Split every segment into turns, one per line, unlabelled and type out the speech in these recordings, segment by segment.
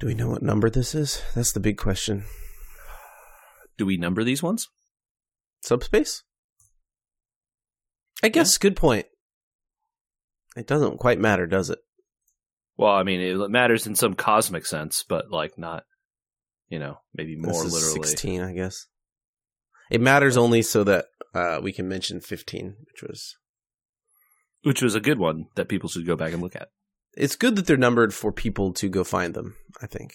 Do we know what number this is? That's the big question.
Do we number these ones?
Subspace? I guess, good point. It doesn't quite matter, does it?
Well, I mean, it matters in some cosmic sense, but like not, you know, maybe more
This is
literally.
16, I guess. It matters only so that uh, we can mention 15, which was.
Which was a good one that people should go back and look at.
It's good that they're numbered for people to go find them, I think.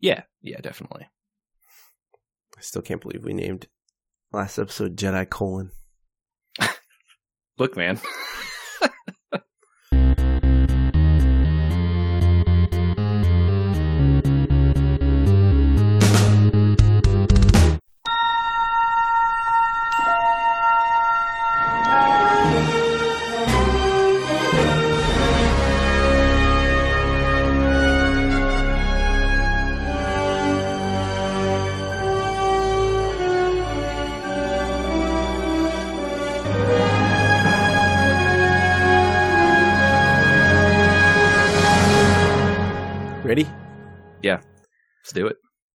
Yeah, yeah, definitely.
I still can't believe we named last episode Jedi colon.
Look, man.
Ready?
Let's do it.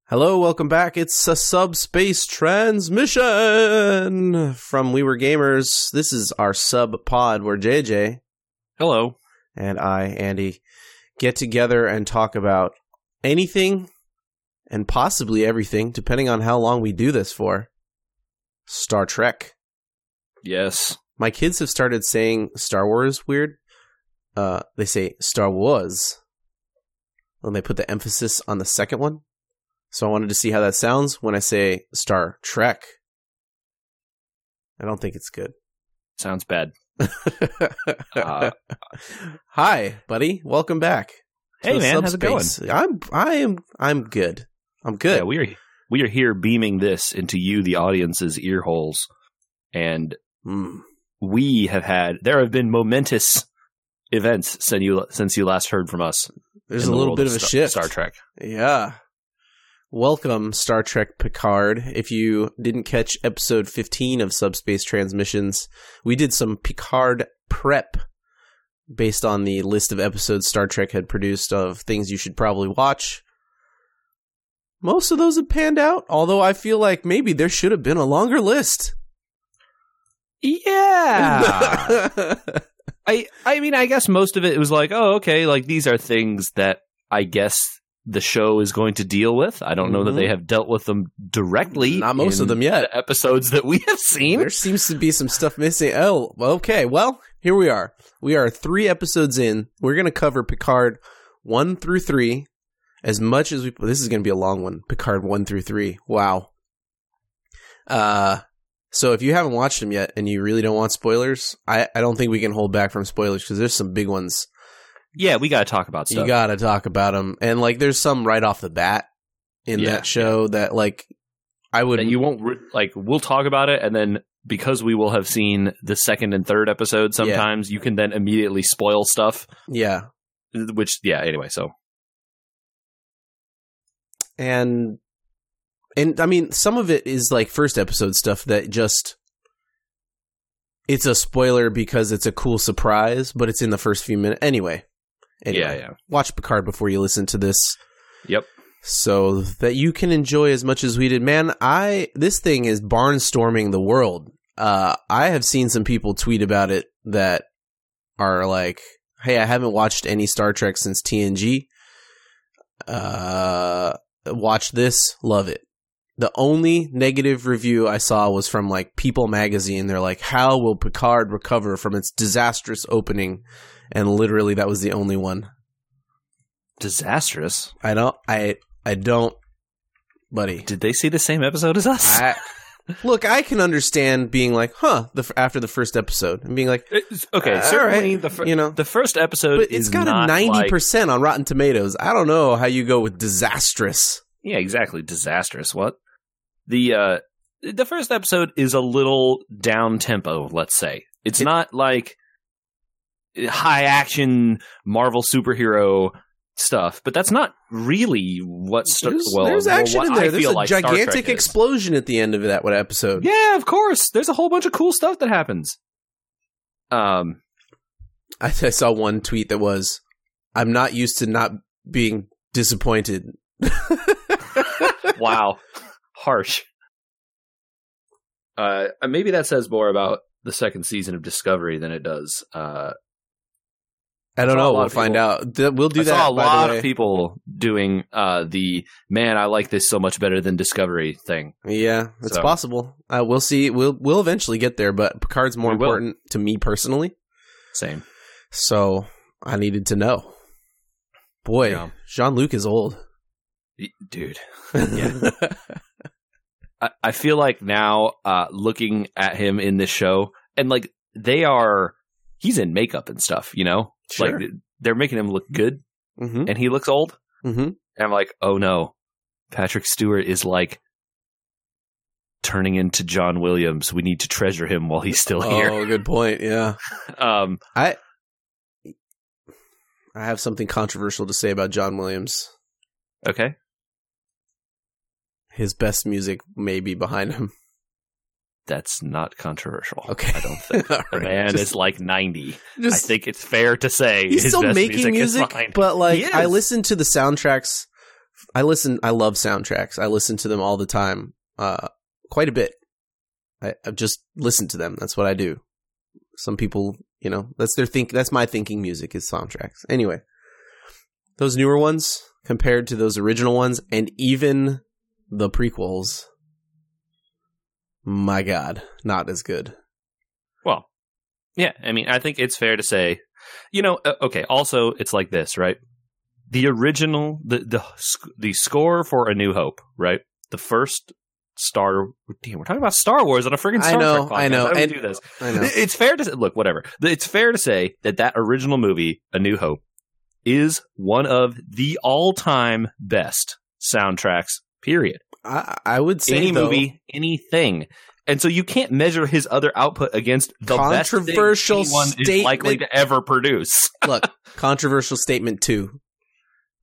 Hello, welcome back. It's a subspace transmission from We Were Gamers. This is our sub pod where JJ
Hello.
and I, Andy, get together and talk about anything and possibly everything, depending on how long we do this for. Star Trek.
Yes.
My kids have started saying Star Wars weird. Uh, they say Star Wars. And they put the emphasis on the second one. So I wanted to see how that sounds when I say Star Trek. I don't think it's good.
Sounds bad. Uh,
Hi, buddy. Welcome back. to
hey, man. How's it
Subspace.
going?
I'm I am I'm good. I'm good.
Yeah, we are we are here beaming this into you, the audience's ear holes, and
Mm.
we have had there have been momentous events since you since you last heard from us.
There's
in
a
the
little
world
bit of a
Star,
shift.
Star Trek.
Yeah. Welcome, Star Trek Picard. If you didn't catch episode 15 of Subspace Transmissions, we did some Picard prep based on the list of episodes Star Trek had produced of things you should probably watch. Most of those have panned out, although I feel like maybe there should have been a longer list.
Yeah. I I mean, I guess most of it was like, oh, okay, like these are things that I guess the show is going to deal with. I don't know that
Mhm.
they have dealt with them directly.
Not most of
in
them yet.
the episodes that we have seen.
There seems to be some stuff missing. Oh, okay. Well, here we are. We are three episodes in. We're going to cover Picard one through three as much as we. This is going to be a long one. Picard one through three. Wow. Uh, so if you haven't watched them yet and you really don't want spoilers, I, I don't think we can hold back from spoilers because there's some big ones.
Yeah, we got to talk about stuff.
You got to talk about them. And like, there's some right off the bat in
Yeah,
that show that like I would
that you won't re- like we'll talk about it and then because we will have seen the second and third episode sometimes you can then immediately spoil stuff
yeah
which yeah anyway so
and and I mean some of it is like first episode stuff that just it's a spoiler because it's a cool surprise, but it's in the first few minutes anyway. Anyway,
yeah yeah
watch Picard before you listen to this.
Yep.
So that you can enjoy as much as we did, man. I this thing is barnstorming the world. Uh, I have seen some people tweet about it that are like, "Hey, I haven't watched any Star Trek since TNG. Uh, watch this, love it." The only negative review I saw was from like People magazine. They're like, "How will Picard recover from its disastrous opening?" And literally, that was the only one.
disastrous
I don't. I I don't, buddy.
did they see the same episode as us
I, look, I can understand being like, huh, the, f- after the first episode, and being like,
It's- okay
all
certainly
right,
the, fir-
you know,
the first episode
but it's
is
got
not
a ninety
like-
percent on Rotten Tomatoes. I don't know how you go with disastrous.
yeah exactly disastrous what the uh the first episode is a little down tempo let's say it's
It-
not like high action marvel superhero stuff but that's not really what sta-
There's,
well
there's
well,
action
what
in there.
I
There's
feel
a
like Star Trek
gigantic
is.
explosion at the end of that one episode.
yeah of course there's a whole bunch of cool stuff that happens um
I, I saw one tweet that was, "I'm not used to not being disappointed.
wow, harsh. Uh, and maybe that says more about the second season of Discovery than it does. Uh,
I don't
Saw a
know.
lot
We'll
of
find
people-
out. Th- We'll do
I
that.
saw a
by
lot
the way.
of people doing uh, the man. I like this so much better than Discovery thing.
Yeah, it's
So-
possible. Uh, we'll see. We'll we'll eventually get there, but Picard's more
We will.
important to me personally.
Same.
So I needed to know. Boy,
Yeah.
Jean Luc is old.
Y- Dude, I, I feel like now uh, looking at him in this show and like they are, he's in makeup and stuff. You know,
Sure.
like they're making him look good,
hmm
and he looks old.
hmm
And I'm like, oh no, Patrick Stewart is like turning into John Williams. We need to treasure him while he's still here.
Oh, good point. Yeah,
Um,
I have something controversial to say about John Williams.
okay,
His best music may be behind him.
that's not controversial.
Okay,
I don't think.
All
The
right.
man
Just-
is like 90.
just-
I think it's fair to say
he's
his
still
best
making
is
music,
fine.
but like
He
I
is.
listen to the soundtracks. I listen. I love soundtracks. I listen to them all the time, uh, quite a bit. I, I just listen to them. That's what I do. Some people, you know, that's their think. That's my thinking. Music is soundtracks. Anyway, those newer ones compared to those original ones, and even the prequels. My God, not as good.
Well, yeah, I mean, I think it's fair to say, you know, uh, okay, also it's like this, right? The original the the sc- the score for A New Hope, right? The first Star Damn, we're talking about Star Wars on a freaking
I
Star
know,
Trek
I know,
podcast. How do we
and-
do this?
I know.
It's fair to say, look, whatever. It's fair to say that that original movie, A New Hope, is one of the all-time best soundtracks. Period
I, I would say
any
though,
movie, anything. And so you can't measure his other output against the
Controversial
best thing anyone
statement.
is likely to ever produce.
Look, controversial statement two.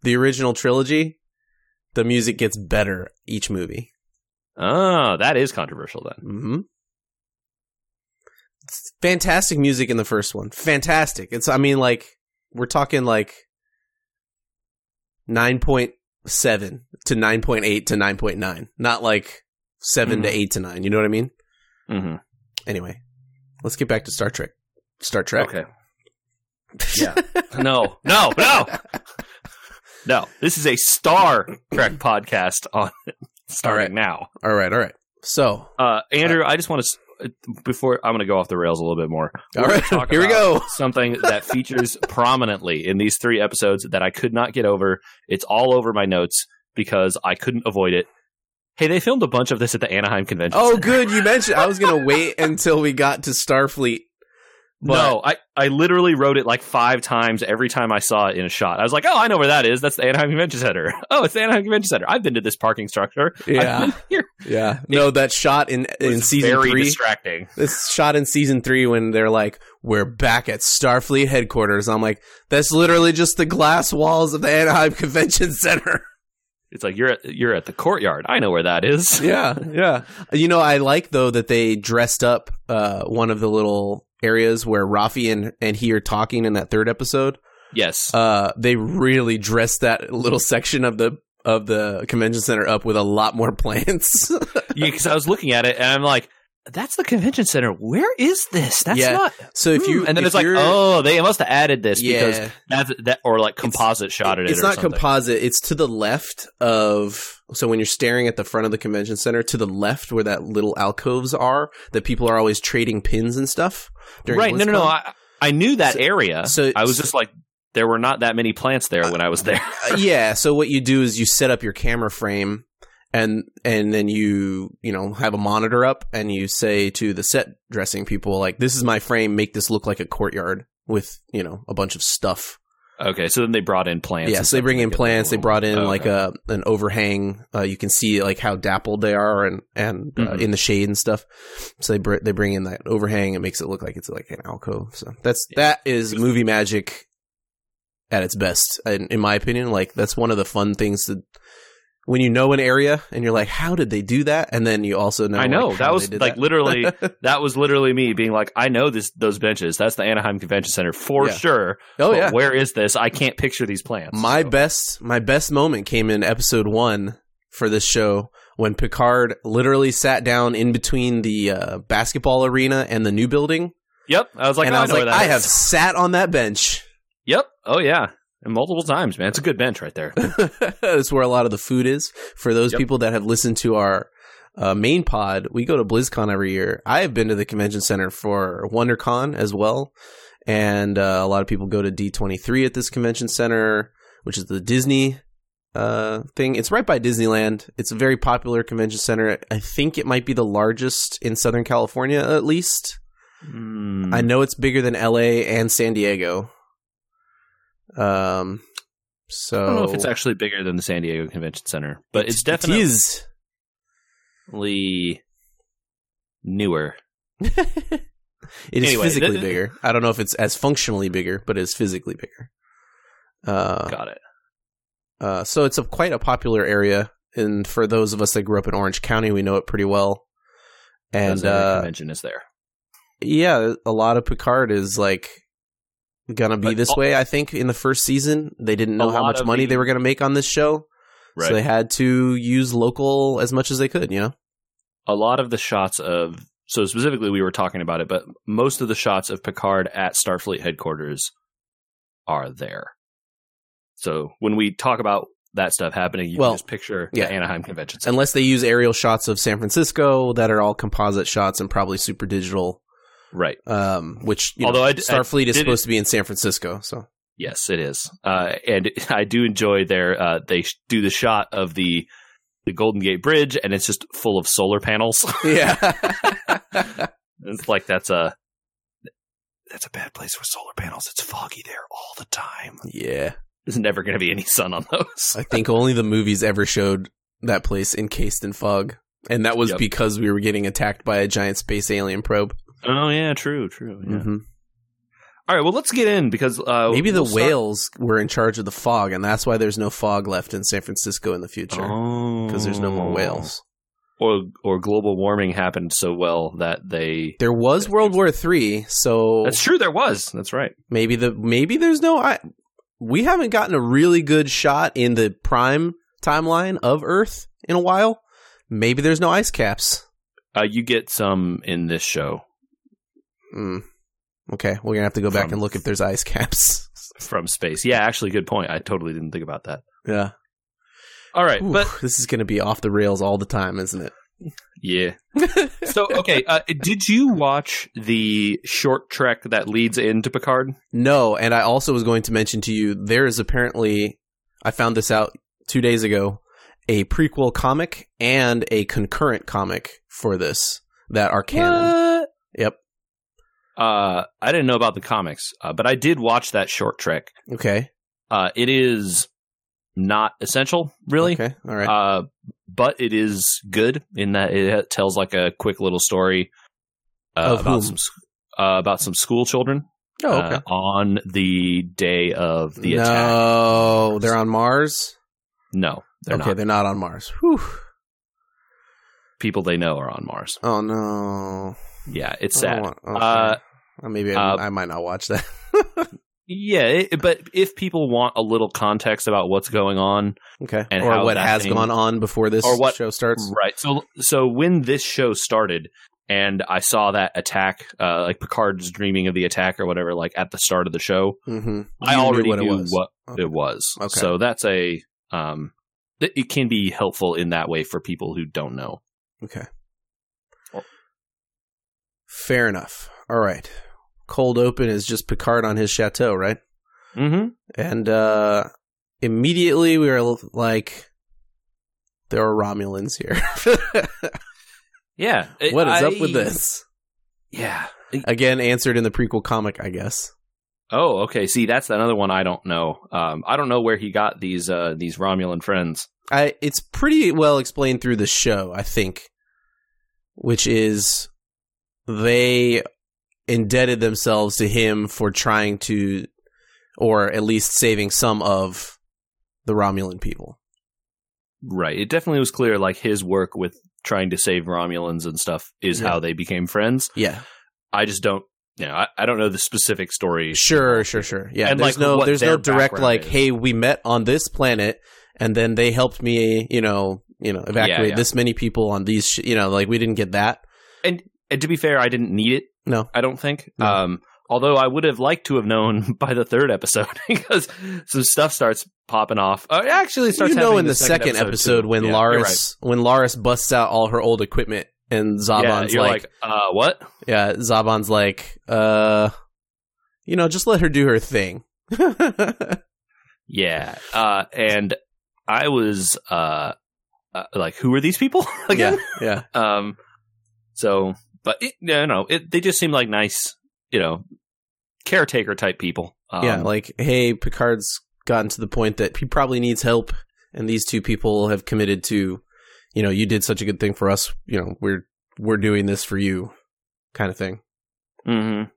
The original trilogy, the music gets better each movie.
Oh, that is controversial then.
hmm Fantastic music in the first one. Fantastic. It's, I mean, like, we're talking like 9.7 to 9.8 to 9.9, not like 7 to
Mhm.
8 to 9. You know what I mean?
Mm-hmm.
Anyway, let's get back to Star Trek. Star Trek.
Okay. Yeah. no, no, no, no. This is a Star Trek podcast on starting now.
All right. All right. So,
Uh, Andrew, I just want to before I'm going to go off the rails a little bit more.
all
We're gonna
right.
talk
Here we
about-
go.
something that features prominently in these three episodes that I could not get over. It's all over my notes because I couldn't avoid it. Hey, they filmed a bunch of this at the Anaheim Convention.
Oh,
Center.
good. You mentioned I was going to wait until we got to Starfleet. But
no! I, I literally wrote it like five times every time I saw it in a shot. I was like, "Oh, I know where that is. That's the Anaheim Convention Center. Oh, it's the Anaheim Convention Center. I've been to this parking structure. I've
Yeah.
been here."
Yeah. No, that shot in
It
in
was
season
very
3.
distracting.
this shot in season 3 when they're like, "We're back at Starfleet headquarters." I'm like, "That's literally just the glass walls of the Anaheim Convention Center."
It's like you're at, you're at the courtyard. I know where that is.
yeah. Yeah. You know, I like though that they dressed up uh one of the little areas where Rafi and, and he are talking in that third episode.
Yes,
uh, they really dressed that little section of the of the convention center up with a lot more plants.
because I was looking at it and I'm like, "That's the convention center. Where is this? That's
Yeah.
not
so if you
Hmm, and then
if
it's like,
you're-
oh, they must have added this because
yeah,
that's that or like composite shot at it.
it's
or
not
something.
composite. It's to the left of so when you're staring at the front of the convention center, to the left where that little alcoves are that people are always trading pins and stuff. during
right? No, no, no.
BlizzCon.
I, I knew that
So-
area.
so-
So I was just like, there were not that many plants there when I was there.
Uh, yeah. So what you do is you set up your camera frame, and and then you you know have a monitor up, and you say to the set dressing people like, "This is my frame. Make this look like a courtyard with you know a bunch of stuff."
okay, so then they brought in plants.
yeah.
and
So they
stuff
bring
to
in
get
plants.
the
They brought in
Oh,
like
okay.
a an overhang. Uh, you can see like how dappled they are, and and uh,
Mhm.
in the shade and stuff. So they br- they bring in that overhang. It makes it look like it's like an alcove. So that's that is movie magic at its best, in, in my opinion. Like that's one of the fun things that when you know an area and you're like, how did they do that? And then you also know.
I know
like,
that
how
was
they did
like
that.
literally that was literally me being like, I know this those benches. That's the Anaheim Convention Center for
Yeah.
sure.
oh
but
yeah.
where is this? I can't picture these plants.
My
So-
best my best moment came in episode one for this show when Picard literally sat down in between the uh, basketball arena and the new building,
Yep, I was like,
and
oh,
I was
know
like,
where that
I
is.
have sat on that bench.
Yep. Oh yeah, and multiple times, man. It's a good bench right there.
That's where a lot of the food is. For those
Yep.
people that have listened to our uh, main pod, we go to BlizzCon every year. I have been to the convention center for WonderCon as well, and uh, a lot of people go to D23 at this convention center, which is the Disney uh, thing. It's right by Disneyland. It's a very popular convention center. I think it might be the largest in Southern California, at least.
Mm.
I know it's bigger than LA and San Diego. Um, so
I don't know if it's actually bigger than the San Diego Convention Center, but it's
it
definitely
is.
newer.
it is
Anyway,
physically
th- th-
bigger. I don't know if it's as functionally bigger, but it's physically bigger. Uh,
Got it.
uh, so it's a quite a popular area, and for those of us that grew up in Orange County, we know it pretty well. And
That's another
uh,
convention is there.
yeah, a lot of Picard is like gonna be
But
this
al-
way. I think in the first season, they didn't know
A
how
lot
much
of
money
the-
they were gonna make on this show,
Right.
so they had to use local as much as they could. You know,
a lot of the shots of so specifically we were talking about it, but most of the shots of Picard at Starfleet headquarters are there. So when we talk about that stuff happening, you
Well,
can just picture
yeah.
the Anaheim Convention Center.
unless they use aerial shots of San Francisco that are all composite shots and probably super digital.
right.
um, which you
Although
know,
I d- I
Starfleet is
did-
supposed to be in San Francisco. So
Yes, it is. Uh, and I do enjoy their uh, they sh- do the shot of the the Golden Gate Bridge, and it's just full of solar panels.
yeah,
it's like that's a that's a bad place for solar panels. It's foggy there all the time.
yeah.
There's never going to be any sun on those.
I think only the movies ever showed that place encased in fog, and that was
Yep.
because we were getting attacked by a giant space alien probe.
Oh yeah, true, true. yeah.
Mhm.
All right, well let's get in because uh,
Maybe the
we'll start-
whales were in charge of the fog, and that's why there's no fog left in San Francisco in the future
Oh,
because there's no more whales.
or Oh. or global warming happened so well that they.
There was World War Three, so
That's true. There was. That's right.
maybe the maybe there's no. I, we haven't gotten a really good shot in the prime timeline of Earth in a while. Maybe there's no ice caps.
Uh, you get some in this show
Mm. Okay, we're gonna have to go back
From-
and look if there's ice caps.
from space. Yeah, actually, good point. I totally didn't think about that.
Yeah,
All right,
Ooh,
but
this is gonna be off the rails all the time, isn't it?
yeah. so okay, uh, did you watch the short trek that leads into Picard?
No, and I also was going to mention to you there is apparently I found this out two days ago a prequel comic and a concurrent comic for this that are canon.
What?
Yep.
Uh, I didn't know about the comics, uh, but I did watch that short trek.
Okay.
Uh, it is not essential, really.
Okay. All right.
Uh, but it is good in that it tells like a quick little story uh,
Of
about
whom?
some s- uh, about some school children
oh, okay.
uh, on the day of the
no,
attack.
they're on Mars.
No, they're
okay,
not.
they're not on Mars. Whew.
People they know are on Mars.
Oh no,
Yeah, it's
I don't
sad.
want- Oh, okay.
Uh,
Uh, maybe I,
uh,
I might not watch that.
yeah, it, but if people want a little context about what's going on,
okay,
and
or
how
what
that
has
thing-
gone on before this
or what-
show starts.
Right. So so when this show started and I saw that attack, uh, like Picard's dreaming of the attack or whatever, like at the start of the show,
Mm-hmm.
I already knew
it was.
what
Okay.
it was.
Okay.
So that's a um, th- it can be helpful in that way for people who don't know.
Okay, fair enough. All right, cold open is just Picard on his chateau, right?
Mm-hmm.
And uh immediately we are like, there are Romulans here.
Yeah. It-
what is up with
I-
this?
Yeah.
Again, answered in the prequel comic, I guess.
Oh, okay. See, that's another one I don't know. Um, I don't know where he got these uh, these Romulan friends.
I it's pretty well explained through the show, I think, which is they indebted themselves to him for trying to or at least saving some of the Romulan people.
right. It definitely was clear like his work with trying to save Romulans and stuff is
Yeah.
how they became friends.
Yeah.
I just don't. You know, I, I don't know the specific story.
Sure, sure, sure. Yeah.
And,
there's
like,
no
what
there's
their
no direct
background
like,
is.
hey, we met on this planet and then they helped me, you know, you know, evacuate
yeah.
this many people on these, sh-, you know, like we didn't get that.
And to be fair, I didn't need it.
No.
I don't think.
No.
Um, although I would have liked to have known by the third episode because some stuff starts popping off. Uh, it actually, starts
you know,
happening
in the second episode,
too.
when
Yeah, you're right.
Laris when Laris busts out all her old equipment and
yeah,
Zaban's
you're
like,
like, uh, what?
yeah, Zaban's like, uh, you know, just let her do her thing.
Yeah, uh, and I was uh, uh, like, who are these people again?
Yeah, yeah.
Um, so, but it, no, no, it, they just seem like nice, you know, caretaker type people. Um,
yeah, like, hey, Picard's gotten to the point that he probably needs help, and these two people have committed to, you know, you did such a good thing for us, you know, we're we're doing this for you, kind of thing.
mhm.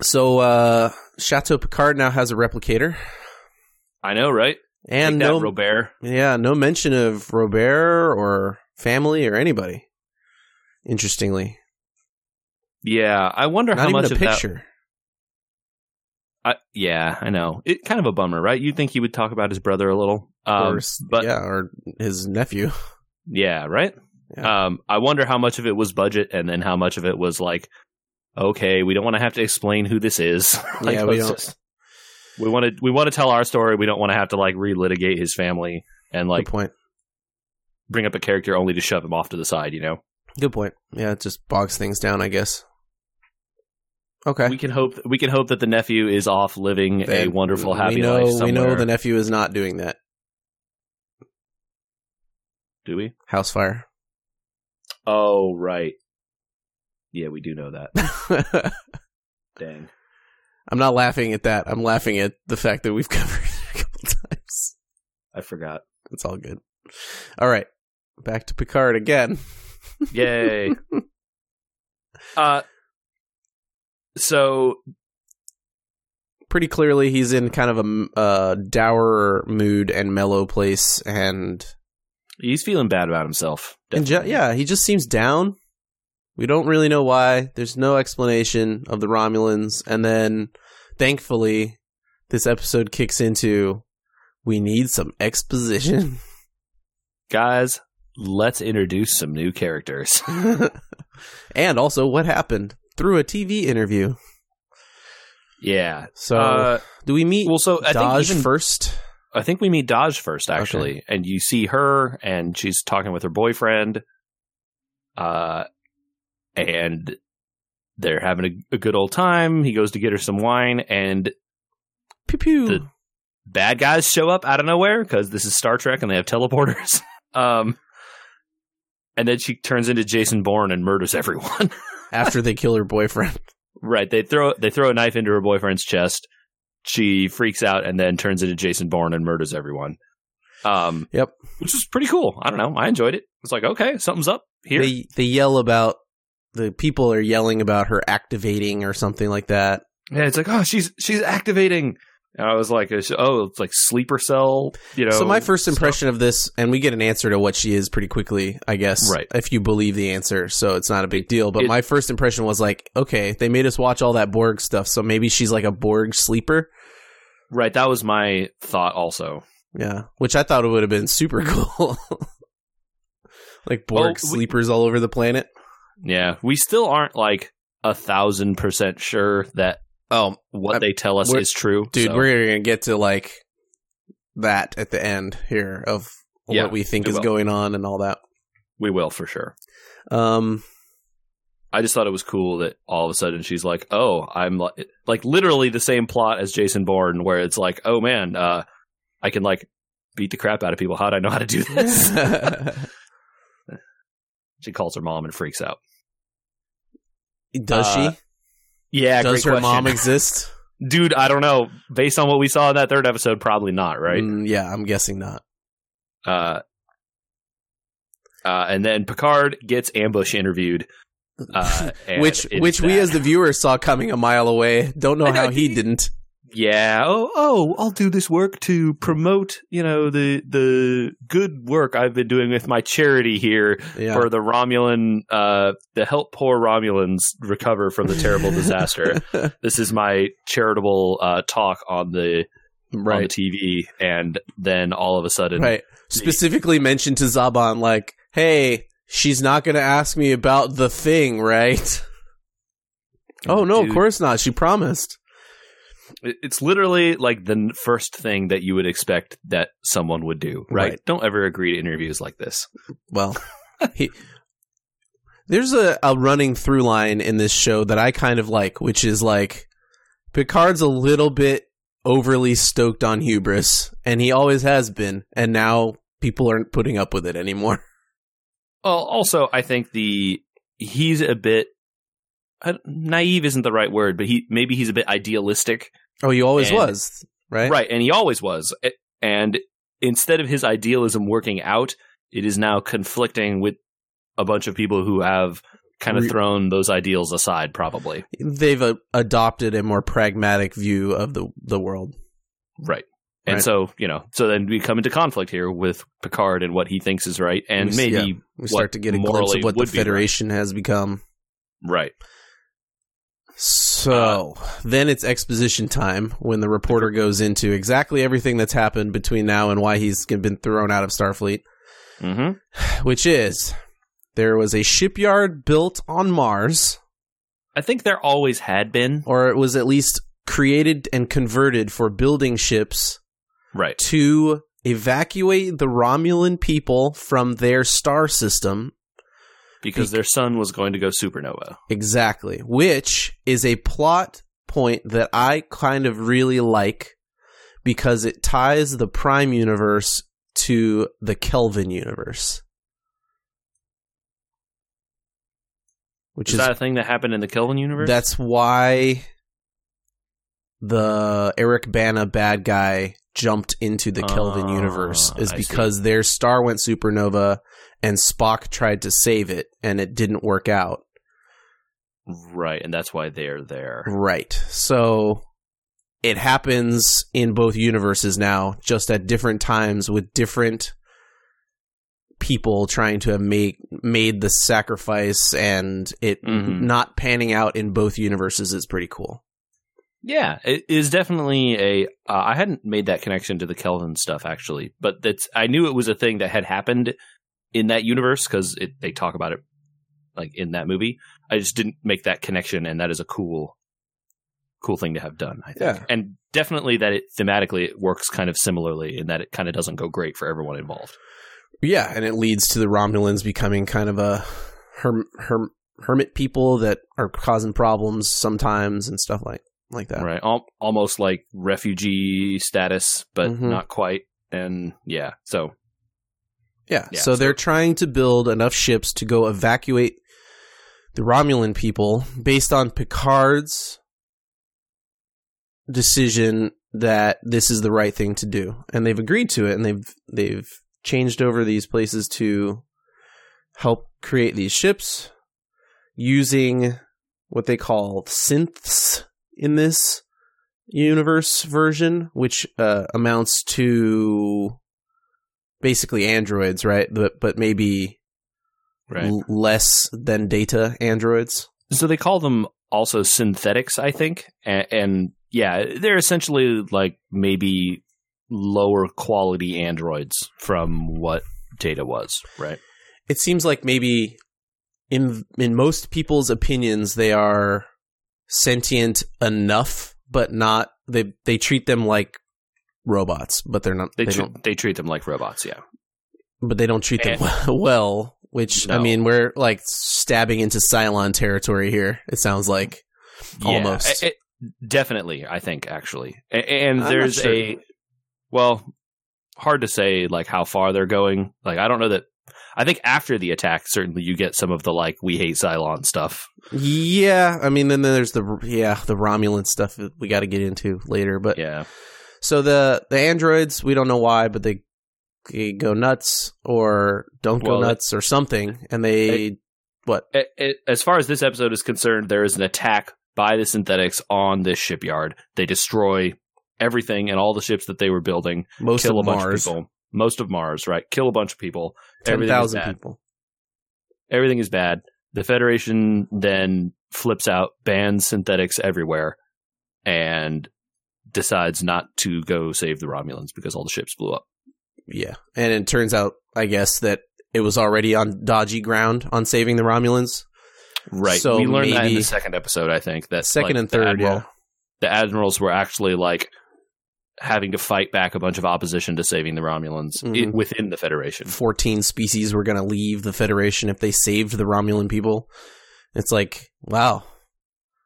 So uh Chateau Picard now has a replicator,
I know, right?
and
Take that,
no,
Robert.
yeah, no mention of Robert or family or anybody. Interestingly,
Yeah, I wonder
not
how
even
much
a
of that.
picture.
I, yeah, I know. It kind of a bummer, right? You'd think he would talk about his brother a little, um,
or, s-
but yeah,
yeah, or his nephew.
right.
Yeah.
Um, I wonder how much of it was budget, and then how much of it was like, okay, we don't want to have to explain who this is. like,
Yeah, we
let's
don't-
just- we want to we want to tell our story. We don't want to have to like relitigate his family and like
Good point.
bring up a character only to shove him off to the side. You know,
Good point. Yeah, it just bogs things down, I guess. Okay.
we can hope we can hope that the nephew is off living a
Then
wonderful, happy
we know,
life somewhere.
We know the nephew is not doing that.
Do we?
House fire.
Oh, right. Yeah, we do know that. Dang.
I'm not laughing at that. I'm laughing at the fact that we've covered it a couple times.
I forgot.
It's all good. All right. Back to Picard again.
Yay. uh so
Pretty clearly, he's in kind of a m- uh, dour mood and mellow place, and
he's feeling bad about himself.
And ju-
definitely.
yeah, he just seems down. We don't really know why. There's no explanation of the Romulans. And then, thankfully, this episode kicks into we need some exposition.
Guys, let's introduce some new characters.
and also, what happened through a TV interview.
yeah.
So,
uh
do we meet
well so I
Dodge
think even,
first?
I think we meet Dodge first actually and you see her and she's talking with her boyfriend uh and they're having a, a good old time. He goes to get her some wine and
Pew pew.
The- bad guys show up out of nowhere because this is Star Trek and they have teleporters. um, and then she turns into Jason Bourne and murders everyone.
After they kill her boyfriend.
right? They throw they throw a knife into her boyfriend's chest. She freaks out and then turns into Jason Bourne and murders everyone. Um,
Yep.
which is pretty cool. I don't know. I enjoyed it. It's like okay, something's up here.
They, they yell about, the people are yelling about her activating or something like that.
yeah, it's like oh, she's she's activating. And I was like, oh, it's like sleeper cell, you know.
So my first
stuff.
impression of this, and we get an answer to what she is pretty quickly, I guess.
Right.
If you believe the answer, so it's not a big deal. But
It-
my first impression was like, okay, they made us watch all that Borg stuff, so maybe she's like a Borg sleeper.
right, that was my thought also.
Yeah. Which I thought it would have been super cool. like Borg
we-
sleepers all over the planet.
Yeah, we still aren't like a thousand percent sure that
Oh,
what
I-
they tell us
we're-
is true,
dude,
so-
we're gonna get to like that at the end here of
Yeah,
what we think
we
is
will.
going on and all that.
we will for sure.
Um.
I just thought it was cool that all of a sudden she's like, "Oh, I'm li-, like literally the same plot as Jason Bourne, where it's like, oh man, uh, I can like beat the crap out of people. How'd I know how to do this?" Uh, she calls her mom and freaks out.
Does
Uh,
she?
Yeah,
Does her
great question.
mom exist?
dude? I don't know. Based on what we saw in that third episode, probably not, right?
Mm, yeah, I'm guessing not.
Uh, uh, and then Picard gets ambush interviewed, uh, and
which
it is
which we
that.
as the viewers saw coming a mile away. Don't know
I know,
how he
he-
didn't.
yeah, oh, oh, I'll do this work to promote, you know, the the good work I've been doing with my charity here
Yeah.
for the Romulan, uh, the help poor Romulans recover from the terrible disaster. this is my charitable uh, talk on the on the
right.
TV, and then all of a sudden,
Right. Specifically mentioned to Zaban, like, hey, she's not going to ask me about the thing, right? Oh, no,
dude,
of course not. She promised.
it- It's literally like the n- first thing that you would expect that someone would do, right?
Right.
Don't ever agree to interviews like this.
Well, he. There's a, a running through line in this show that I kind of like, which is like Picard's a little bit overly stoked on hubris, and he always has been, and now people aren't putting up with it anymore.
Well, also, I think the he's a bit I don't- naive isn't the right word, but he maybe he's a bit idealistic,
Oh, he always
And-
was, right?
right? And he always was. A- And instead of his idealism working out, it is now conflicting with a bunch of people who have kind of
Re-
thrown those ideals aside, probably.
They've uh, adopted a more pragmatic view of the the world.
Right. And
Right.
so, you know, so then we come into conflict here with Picard and what he thinks is right, and
We s-
maybe
yeah. We start to get a glimpse
morally
of what the
would be right.
Federation has become.
right.
So then it's exposition time when the reporter goes into exactly everything that's happened between now and why he's been thrown out of Starfleet,
hmm
which is there was a shipyard built on Mars,
I think there always had been
or it was at least created and converted for building ships
right.
to evacuate the Romulan people from their star system
because their son was going to go supernova.
Exactly. Which is a plot point that I kind of really like because it ties the Prime universe to the Kelvin universe. Which
Is,
is,
that a thing that happened in the Kelvin universe?
that's why the Eric Bana bad guy jumped into the Kelvin
Ah,
universe is
I see.
because their star went supernova and Spock tried to save it and it didn't work out.
right, and that's why they're there.
Right. So it happens in both universes now, just at different times with different people trying to have make made the sacrifice and it
Mhm.
not panning out in both universes is pretty cool.
Yeah, it is definitely a. Uh, I hadn't made that connection to the Kelvin stuff actually, but that's I knew it was a thing that had happened in that universe because they talk about it like in that movie. I just didn't make that connection, and that is a cool, cool thing to have done. I think,
Yeah.
and definitely that it thematically it works kind of similarly in that it kind of doesn't go great for everyone involved.
Yeah, and it leads to the Romulans becoming kind of a herm, herm, hermit people that are causing problems sometimes and stuff like like that.
right Al- almost like refugee status but
Mhm.
not quite and yeah so
Yeah.
Yeah,
so,
so-
they're trying to build enough ships to go evacuate the Romulan people based on Picard's decision that this is the right thing to do. And they've agreed to it and they've they've changed over these places to help create these ships using what they call synths in this universe version, which uh, amounts to basically androids, right? But but maybe l- less than data androids.
so they call them also synthetics i think and, and yeah they're essentially like maybe lower quality androids from what data was right
It seems like maybe in in most people's opinions they are sentient enough, but not they they treat them like robots, but they're not.
they,
They,
tr-
don't,
they treat them like robots yeah
but they don't treat them well. Which I
Eh. No.
mean, we're like stabbing into Cylon territory here. It sounds like
Yeah,
Almost.
it- it- definitely, I think actually, A- and
I'm not
there's
sure.
a well, hard to say like how far they're going. Like I don't know that. I think after the attack, certainly you get some of the like we hate Cylon stuff.
yeah. I mean, then there's the yeah the Romulan stuff that we got to get into later, but
Yeah,
So the the androids, we don't know why, but they, they go nuts or don't go
Well,
nuts or something, and they
A- a- as far as this episode is concerned, there is an attack by the synthetics on this shipyard. They destroy everything and all the ships that they were building.
Most
kill
of
a bunch
Mars,
of people. Most of Mars, right? Kill a bunch of people.
ten
Everything is
thousand
bad.
people.
Everything is bad. The Federation then flips out, bans synthetics everywhere, and decides not to go save the Romulans because all the ships blew up.
Yeah, and it turns out, I guess, that it was already on dodgy ground on saving the Romulans.
Right.
So
we learned that in
maybe-
the second episode, I think. That
Second
like,
and
the
third,
admiral-
yeah.
the admirals were actually like having to fight back a bunch of opposition to saving the Romulans i-
Mhm.
within the Federation.
14 species were going to leave the Federation if they saved the Romulan people. It's like, wow,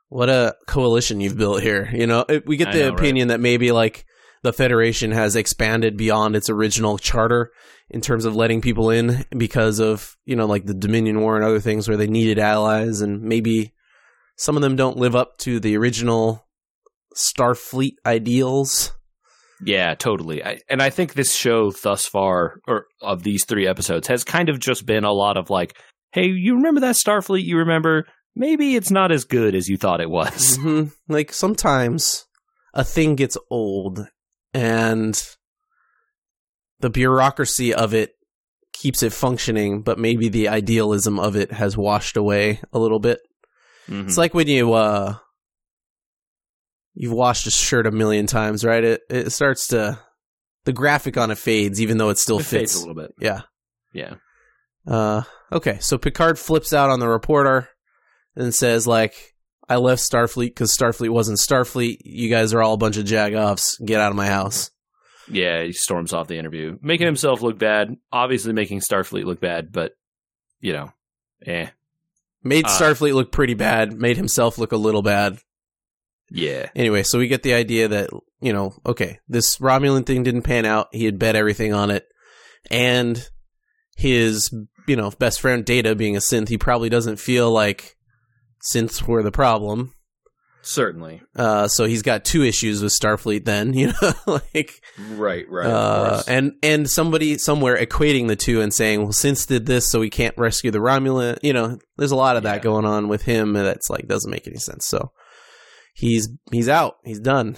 what a coalition you've built here. You know, it, we get
I
the
know, right?
opinion that maybe like the Federation has expanded beyond its original charter in terms of letting people in because of, you know, like the Dominion War and other things where they needed allies and maybe some of them don't live up to the original Starfleet ideals.
Yeah, totally. I, and I think this show thus far, or of these three episodes, has kind of just been a lot of like, hey, you remember that Starfleet? You remember? Maybe it's not as good as you thought it was.
hmm Like sometimes a thing gets old and the bureaucracy of it keeps it functioning, but maybe the idealism of it has washed away a little bit.
Mm-hmm.
It's like when you uh you've washed a shirt a million times, right? It it starts to the graphic on it fades even though it still
Mm-hmm. it fades
fits.
a little bit.
Yeah.
Yeah.
Uh, okay, so Picard flips out on the reporter and says, like, I left Starfleet because Starfleet wasn't Starfleet. You guys are all a bunch of jagoffs. Get out of my house.
Yeah, he storms off the interview, making himself look bad, obviously making Starfleet look bad, but, you know, eh.
Made
Uh.
Starfleet look pretty bad, made himself look a little bad.
Yeah.
Anyway, so we get the idea that, you know, okay, this Romulan thing didn't pan out. He had bet everything on it. And his, you know, best friend Data being a synth, he probably doesn't feel like synths were the problem.
Certainly.
Uh, so he's got two issues with Starfleet. Then you know, like,
Right, right.
uh, and and somebody somewhere equating the two and saying, well, since did this, so we can't rescue the Romulan. You know, there's a lot of that
Yeah.
going on with him that's like doesn't make any sense. So he's he's out. He's done.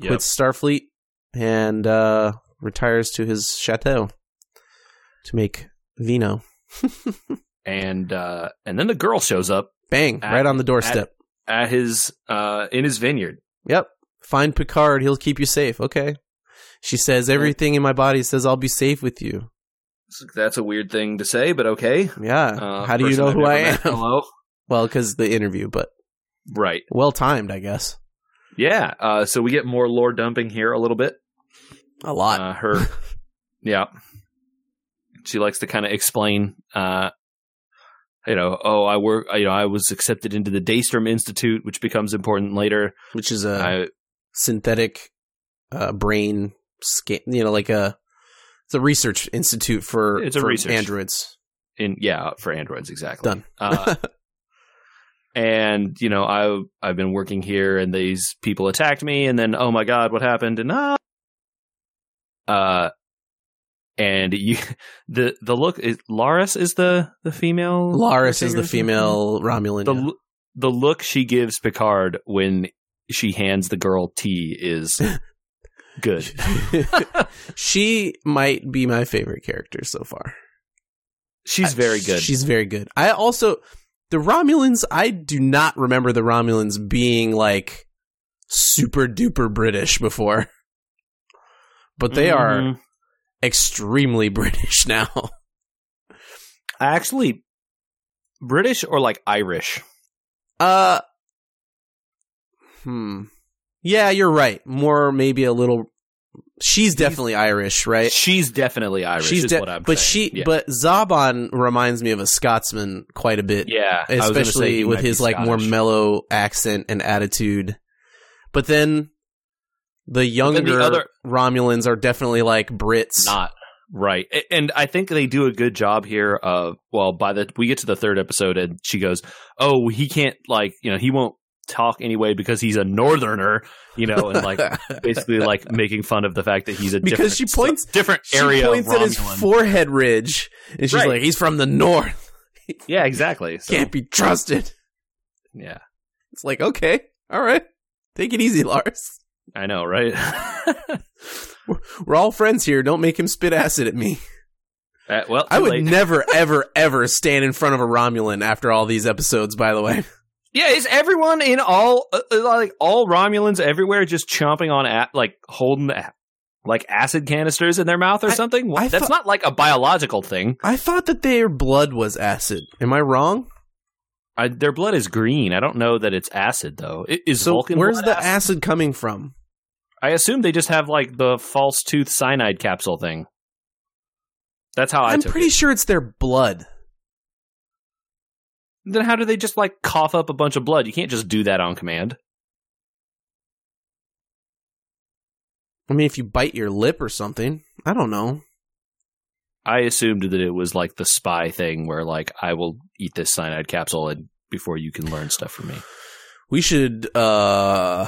Yep.
Quits Starfleet and uh, retires to his chateau to make vino.
and uh, and then the girl shows up
Bang!
At-
right on the doorstep.
at his uh, in his vineyard.
Yep. Find Picard. He'll keep you safe. Okay. She says, everything in my body says I'll be safe with you.
That's a weird thing to say, but okay.
Yeah.
Uh,
How do you
person
know
I've
who
never
I
met.
am?
Hello.
well, because the interview, but
Right.
well timed, I guess.
Yeah. Uh, so we get more lore dumping here a little bit.
A lot.
Uh, her. yeah. She likes to kind of explain. Uh, you know, oh, I work. You know, I was accepted into the Daystrom Institute, which becomes important later.
which is a
I,
synthetic uh, brain scan, you know, like a. It's a research institute for,
It's a
for
research.
androids.
in yeah for androids exactly
Done.
uh, and you know i i've been working here and these people attacked me and then oh my god what happened and ah uh and you the the look is laris is the the female
Laris is
figure
the
or something?
female Romulan.
the
yeah.
l- the look she gives picard when she hands the girl tea is good
she might be my favorite character so far.
she's very good
She's very good. I also the Romulans. I do not remember the Romulans being like super duper British before, but they are
Mhm.
extremely British now.
actually british or like irish
Uh, hmm. Yeah, you're right. More maybe a little. She's definitely Irish, right?
She's definitely Irish.
Eh, She's
is
de-
what I'm
but
saying.
she
yeah.
but Zaban reminds me of a Scotsman quite a bit.
yeah, I was gonna say
especially
he
with
might be
his like more
Scottish.
mellow accent and attitude. But then the younger
then the other-
Romulans are definitely like Brits.
not right. A- And I think they do a good job here. Of well, by the we get to the third episode, and she goes, "Oh, he can't like you know he won't talk anyway because he's a northerner," you know, and like basically like making fun of the fact that he's a
Because
different,
she points-
different
she
area of
points at his
Romulan.
forehead ridge, and she's
Right.
like, "He's from the north,
yeah, exactly. So,
can't be trusted."
yeah.
It's like, okay, all right. Take it easy, Lars.
I know, right?
We're all friends here. Don't make him spit acid at me.
Uh, well,
I
too
would
late.
never, ever, ever stand in front of a Romulan after all these episodes, by the way.
yeah, is everyone in all uh, uh, like all Romulans everywhere just chomping on a- like holding a- like acid canisters in their mouth or
I-
something?
I
That's
thought-
not like a biological thing.
I thought that their blood was acid. Am I wrong?
I, their blood is green. I don't know that it's acid though. I- Is
So
Vulcan
where's
blood
the
acid?
acid coming from?
I assume they just have like the false tooth cyanide capsule thing. That's how I
I'm
took
pretty
it.
sure it's their blood.
then how do they just like cough up a bunch of blood? You can't just do that on command.
I mean, if you bite your lip or something, I don't know.
I assumed that it was like the spy thing where like I will eat this cyanide capsule and before you can learn stuff from me.
We should uh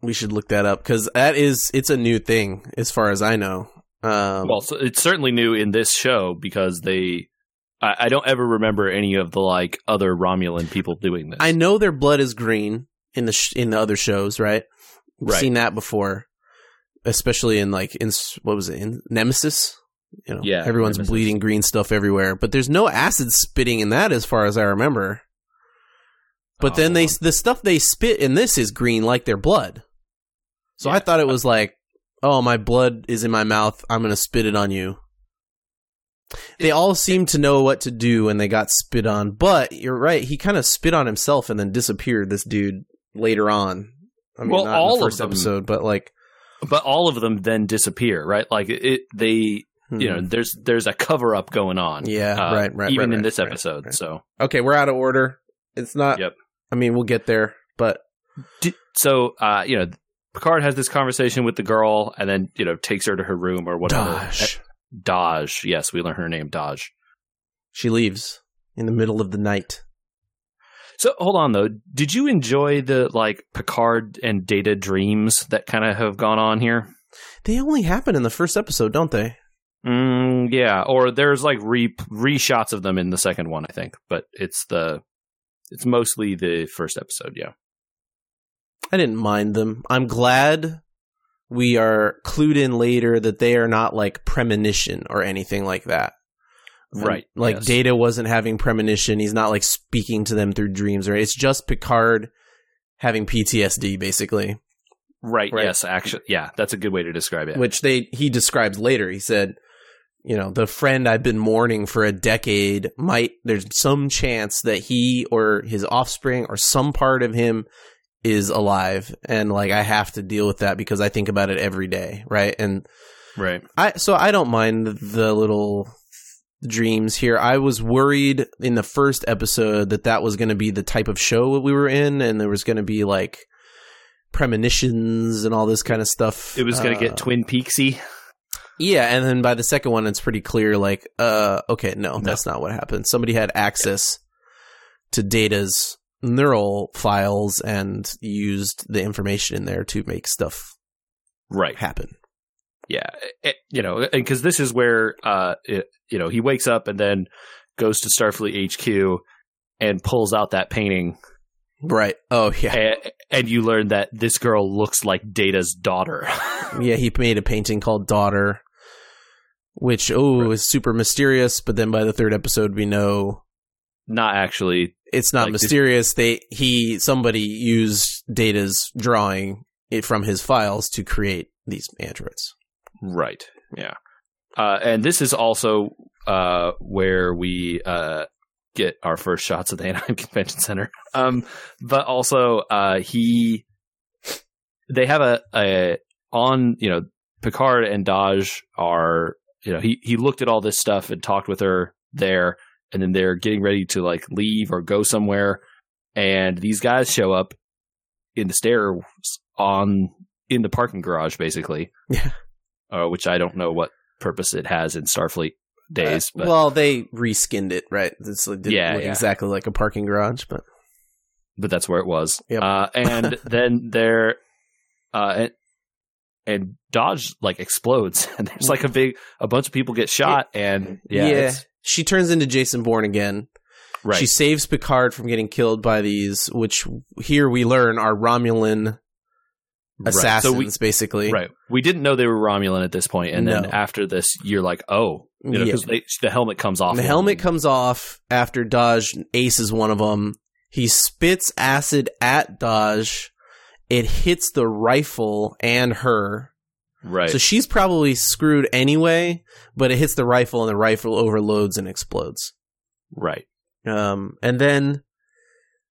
we should look that up cuz that is it's a new thing as far as I know. Um
well, so it's certainly new in this show because they I, I don't ever remember any of the like other Romulan people doing this.
I know their blood is green in the sh- in the other shows, right? We've
Right.
seen that before, especially in like in s- what was it in Nemesis? You know,
Yeah,
everyone's
Nemesis.
bleeding green stuff everywhere, but there's no acid spitting in that, as far as I remember. But then
Oh.
they the stuff they spit in this is green like their blood. So I
Yeah.
thought it was like, oh, my blood is in my mouth. I'm gonna spit it on you. They all seemed to know what to do when they got spit on, but you're right. He kind of spit on himself and then disappeared. This dude later on. I mean,
Well,
not
all
in
of
the first
them.
episode, but like,
but all of them then disappear, right? Like it they you know,
hmm.
there's there's a cover up going on.
yeah,
uh,
right, right.
even
right,
in
right,
this
right,
episode.
right.
So
Okay, we're out of order. It's not.
Yep.
I mean, we'll get there, but
D- so uh, you know, Picard has this conversation with the girl, and then you know takes her to her room or whatever.
Dosh.
Eh, Dodge. Yes, we learn her name Dodge.
She leaves in the middle of the night.
So hold on though. Did you enjoy the like Picard and Data dreams that kind of have gone on here?
They only happen in the first episode, don't they?
Mm, yeah, or there's like re reshots of them in the second one, I think. But it's the it's mostly the first episode. Yeah.
I didn't mind them. I'm glad we are clued in later that they are not like premonition or anything like that. And,
Right,
Like
yes.
Data wasn't having premonition. He's not like speaking to them through dreams or it's just Picard having PTSD basically,
Right.
Right.
Yes. Actually. Yeah. That's a good way to describe it.
which they he describes later. He said, you know, the friend I've been mourning for a decade might there's some chance that he or his offspring or some part of him is alive and like I have to deal with that because I think about it every day, right? And
right.
I so I don't mind the little dreams here. I was worried in the first episode that that was going to be the type of show that we were in, and there was going to be like premonitions and all this kind of stuff.
It was going to
Uh,
get Twin Peaksy.
yeah, and then by the second one, it's pretty clear. Like, uh, okay, no, that's not what happened. Somebody had access to Data's neural files and used the information in there to make stuff
Right.
happen.
yeah it- you know because this is where uh it, you know he wakes up and then goes to starfleet hq and pulls out that painting
Right. Oh yeah.
and, and you learn that this girl looks like data's daughter
yeah, he made a painting called Daughter, which oh is super mysterious. But then by the third episode, we know
not actually
it's not
Like, did-
mysterious. They he somebody used Data's drawing it from his files to create these androids.
right yeah uh and this is also uh where we uh get our first shots at the anaheim convention center um but also uh he they have a, a on you know Picard and Dodge are you know he he looked at all this stuff and talked with her there and then they're getting ready to like leave or go somewhere and these guys show up in the stairs on in the parking garage basically
Yeah.
uh, which I don't know what purpose it has in Starfleet days
Uh,
but
well, they reskinned it, right? It's it didn't
Yeah,
look
yeah.
exactly like a parking garage, but
but that's where it was.
Yep.
Uh, and then there, uh, and, and Dodge like explodes, and there's like a big, a bunch of people get shot, and yeah,
Yeah.
it's-
she turns into Jason Bourne again.
Right.
She saves Picard from getting killed by these, which here we learn are Romulan
Right.
assassins,
So we,
basically.
right. We didn't know they were Romulan at this point, and
No.
then after this, you're like, oh, you know,
Yeah.
because the helmet comes off.
The
of
helmet
them.
comes off after Dodge aces one of them. He spits acid at Dodge. It hits the rifle and her.
Right.
So she's probably screwed anyway, but it hits the rifle and the rifle overloads and explodes.
right.
Um, and then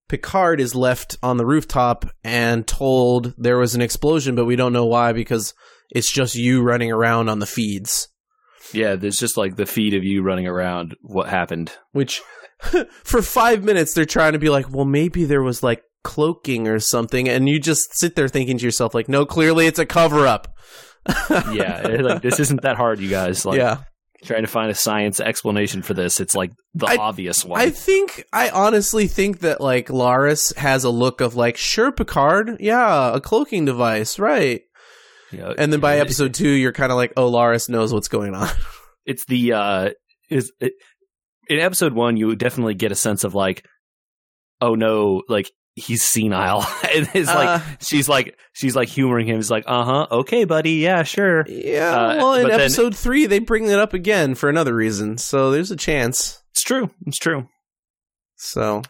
Picard is left on the rooftop and told there was an explosion, but we don't know why because it's just you running around on the feeds.
Yeah. There's just like the feed of you running around. What happened?
Which for five minutes they're trying to be like, well, maybe there was like cloaking or something, and you just sit there thinking to yourself, like, no, clearly it's a cover up.
Yeah. like this isn't that hard, you guys. Like
yeah.
trying to find a science explanation for this. It's like the
I-
obvious one.
I think I honestly think that like Laris has a look of like sure Picard, yeah, a cloaking device, right?
You know,
And then by
it-
episode two, you're kind of like, oh, Laris knows what's going on.
it's the uh is it, in episode one you definitely get a sense of like oh no like he's senile and it's like
Uh,
she's like she's like humoring him he's like uh-huh okay buddy yeah sure
yeah.
uh,
well, in
but then-
episode three, they bring it up again for another reason, so there's a chance.
it's true it's true
So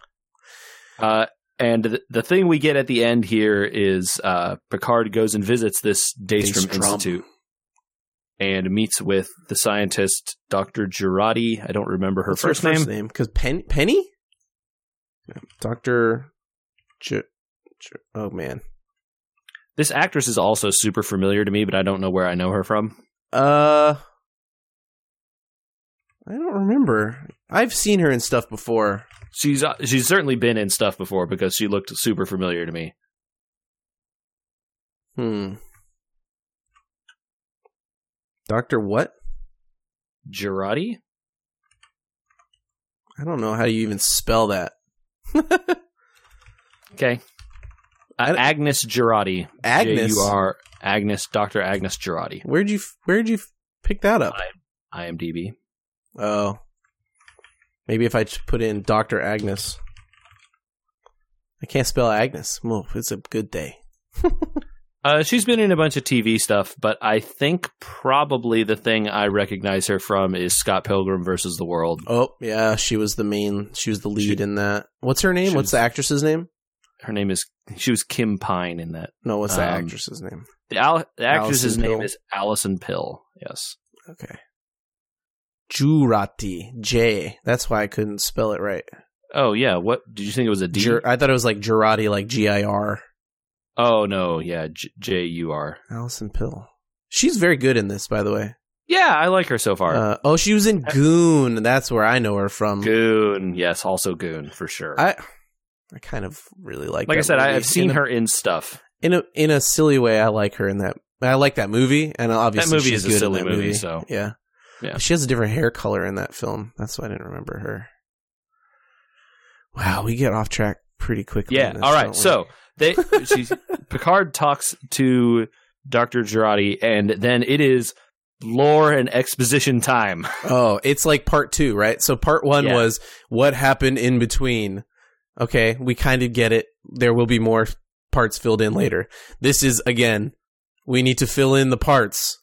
uh and the, the thing we get at the end here is uh picard goes and visits this daystrom,
Daystrom.
institute and meets with the scientist dr girardi i don't remember her
what's
first, name
because Pen- Penny, Doctor, J- J- oh man,
this actress is also super familiar to me but i don't know where i know her from
Uh, I don't remember. I've seen her in stuff before.
She's uh, she's certainly been in stuff before because she looked super familiar to me.
Hmm. Doctor what?
Girardi?
I don't know how you even spell that.
Okay. Uh, Agnes Girardi.
Agnes.
You are Agnes, Dr. Agnes Girardi,
Where'd you Where'd you pick that up?
IMDb.
Oh, maybe if I just put in Doctor Agnes. I can't spell Agnes. Well, it's a good day.
Uh, she's been in a bunch of TV stuff, but I think probably the thing I recognize her from is Scott Pilgrim versus the World.
Oh yeah, she was the main. She was the lead
She-
in that. What's her name?
she
What's
was-
the actress's name?
Her name is she was Kim Pine in that.
No, what's the
Um,
actress's name?
The, al- the actress's
Allison
name
Pill.
is Allison Pill. Yes.
Okay. Jurati. J. That's why I couldn't spell it right.
Oh yeah. What did you think it was a D?
Jur- I thought it was like Jurati, like G I R.
oh no. Yeah. J- J U R.
Allison Pill. She's very good in this, by the way.
Yeah, I like her so far.
Uh, oh, she was in Goon. That's where I know her
Um,
from.
Goon, yes, also Goon for sure.
I, I kind of really like.
like I
that
said,
movie.
I have seen
In a-
her in stuff.
in a in a silly way. I like her in that. I like that movie, and obviously
That movie
she's
is a
good in
silly
that
movie, so-
yeah,
Yeah.
She has a different hair color in that film. That's why I didn't remember her. Wow, we get off track pretty quickly.
Yeah.
in this,
All
don't
right.
we?
So they, she's, Picard talks to Doctor Girardi, and then it is lore and exposition time.
Oh, it's like part two, right? So part one
Yeah.
was what happened in between. Okay, we kind of get it. There will be more parts filled in later. This is again, we need to fill in the parts.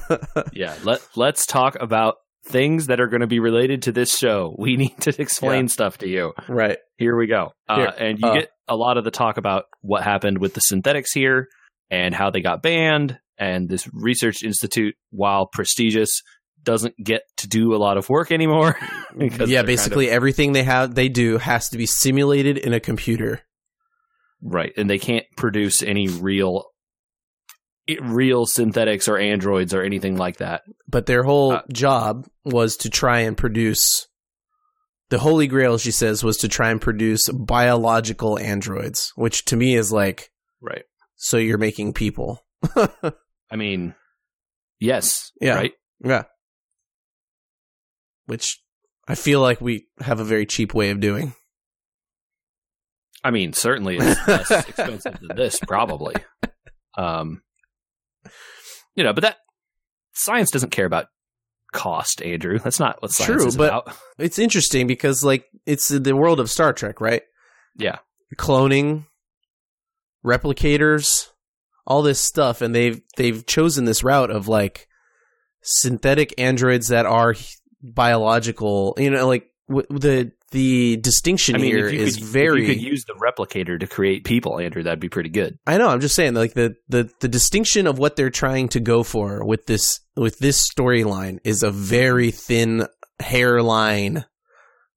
yeah. Let Let's talk about things that are going to be related to this show. We need to explain stuff to you.
right.
Here we go. Uh,
Here,
and you
uh,
get a lot of the talk about what happened with the synthetics here and how they got banned. And this research institute, while prestigious, doesn't get to do a lot of work anymore. because they're
Yeah,
kind
basically everything they have they do has to be simulated in a computer.
of- right. And they can't produce any real. i- Real synthetics or androids or anything like that.
But their whole
Uh,
job was to try and produce the holy grail, she says, was to try and produce biological androids, which to me is like,
Right.
so you're making people.
I mean, yes.
Yeah.
Right.
Yeah. Which I feel like we have a very cheap way of doing.
I mean, certainly it's less expensive than this, probably. Um, you know, but that science doesn't care about cost, Andrew. That's not what science
True,
is
but-
about.
It's interesting because like it's the world of Star Trek, right?
Yeah.
Cloning, replicators, all this stuff, and they've they've chosen this route of like synthetic androids that are h- biological. You know, like w- the the distinction
I mean,
here
if you,
is
could, if
very.
you could use the replicator to create people, Andrew, that'd be pretty good.
I know. I'm just saying, like the the the distinction of what they're trying to go for with this with this storyline is a very thin hairline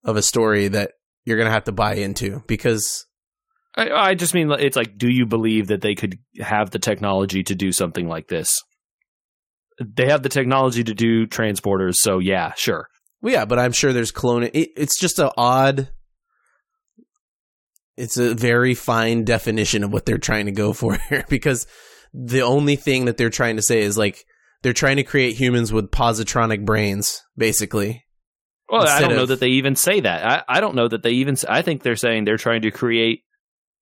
of a story that you're gonna have to buy into because
I, I just mean, like, it's like, do you believe that they could have the technology to do something like this? They have the technology to do transporters, so yeah, sure.
well, yeah, but I'm sure there's clone. It, it's just a odd. It's a very fine definition of what they're trying to go for here because the only thing that they're trying to say is like they're trying to create humans with positronic brains, basically.
Well, I
Instead
don't know
of-
that they even say that. I, I don't know that they even. s- I think they're saying they're trying to create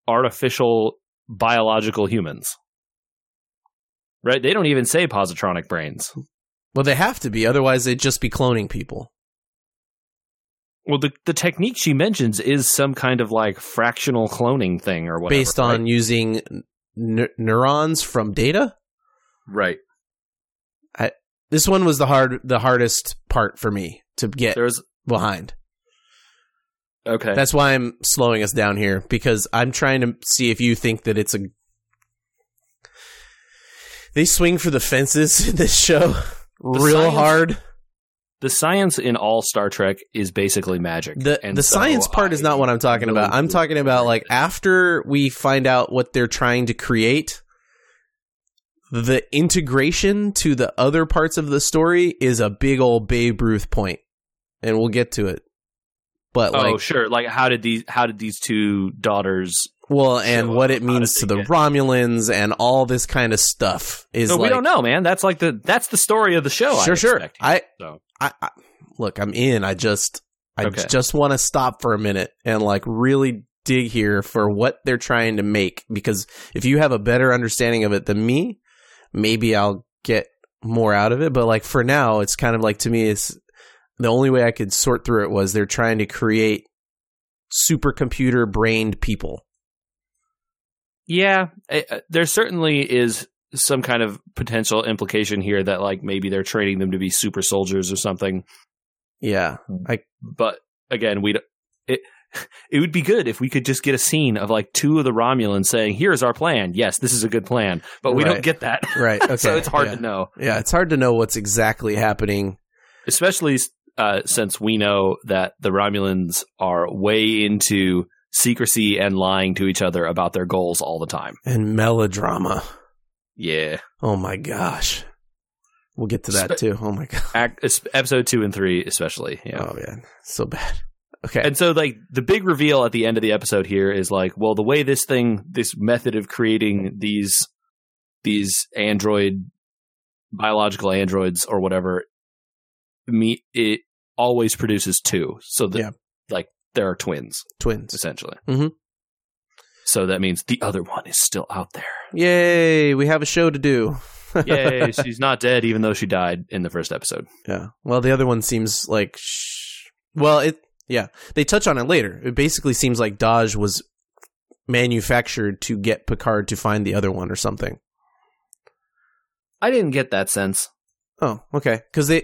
artificial biological humans. Right? They don't even say positronic brains.
Well, they have to be, otherwise they'd just be cloning people.
Well, the the technique she mentions is some kind of like fractional cloning thing or whatever.
based on using n- neurons from data.
right.
This one was the hard, the hardest part for me to get
There's
behind.
okay.
That's why I'm slowing us down here because I'm trying to see if you think that it's a. They swing for the fences in this show, real
science-
hard.
the science in all Star Trek is basically magic.
The
and
the
so
science part is
I
not what I'm talking
really
about. I'm
do
talking about like after we find out what they're trying to create, the integration to the other parts of the story is a big old Babe Ruth point, and we'll get to it. But
Oh,
like,
sure. Like how did these how did these two daughters
well, and
so
what it
how did
means to
they
the
get-
Romulans and all this kind of stuff is
No,
like
we don't know, man. That's like the that's the story of the show.
sure,
I
sure.
expect.
I,
So.
I, I look, I'm in. I just, I
Okay.
just want to stop for a minute and like really dig here for what they're trying to make. Because if you have a better understanding of it than me, maybe I'll get more out of it. But like for now, it's kind of like to me, it's the only way I could sort through it was they're trying to create supercomputer brained people.
yeah, I- uh, there certainly is some kind of potential implication here that like maybe they're training them to be super soldiers or something.
Yeah.
But again, we don't- it it would be good if we could just get a scene of like two of the Romulans saying, "Here's our plan. Yes, this is a good plan." But we
Right.
don't get that,
Right. Okay.
so it's hard
yeah.
to know.
Yeah. It's hard to know what's exactly happening.
especially uh, since we know that the Romulans are way into secrecy and lying to each other about their goals all the time.
And melodrama.
Yeah,
Oh my gosh. We'll get to that
Spe-
too. Oh my god.
Act, es- episode two and three especially. Yeah.
Oh man. So bad. Okay.
And so, like, the big reveal at the end of the episode here is like, well, the way this thing, this method of creating these, these android, biological androids or whatever, me, it always produces two. So that,
Yeah.
like, there are twins.
Twins.
essentially.
Mhm.
So that means the other one is still out there.
Yay, we have a show to do.
Yay, she's not dead, even though she died in the first episode.
Yeah. Well, the other one seems like sh- well, it yeah. They touch on it later. It basically seems like Dodge was manufactured to get Picard to find the other one or something.
I didn't get that sense.
Oh, okay. Cuz they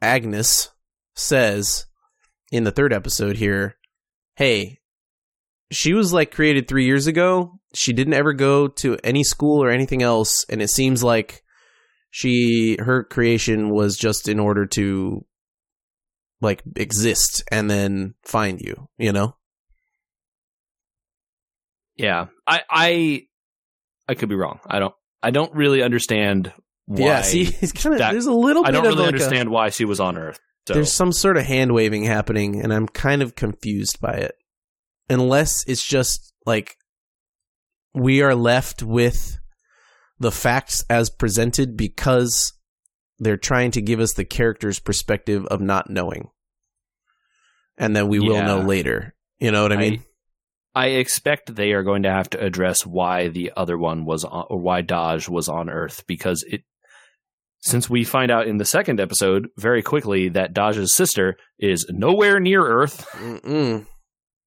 Agnes says in the third episode here, "Hey, she was like created 3 years ago. She didn't ever go to any school or anything else and it seems like she her creation was just in order to like exist and then find you, you know?
Yeah, I, I, I could be wrong. I don't, I don't really understand why.
Yeah, see, it's kind of
that-
there's a little bit
I don't
of
really
like a-
understand why she was on Earth. So
There's some sort of hand waving happening, and I'm kind of confused by it. Unless it's just like we are left with the facts as presented because they're trying to give us the character's perspective of not knowing. And then we will
Yeah.
know later. You know what I mean?
I expect they are going to have to address why the other one was on, or why Dodge was on Earth because it Since we find out in the second episode very quickly that Daja's sister is nowhere near Earth.
Mm-mm.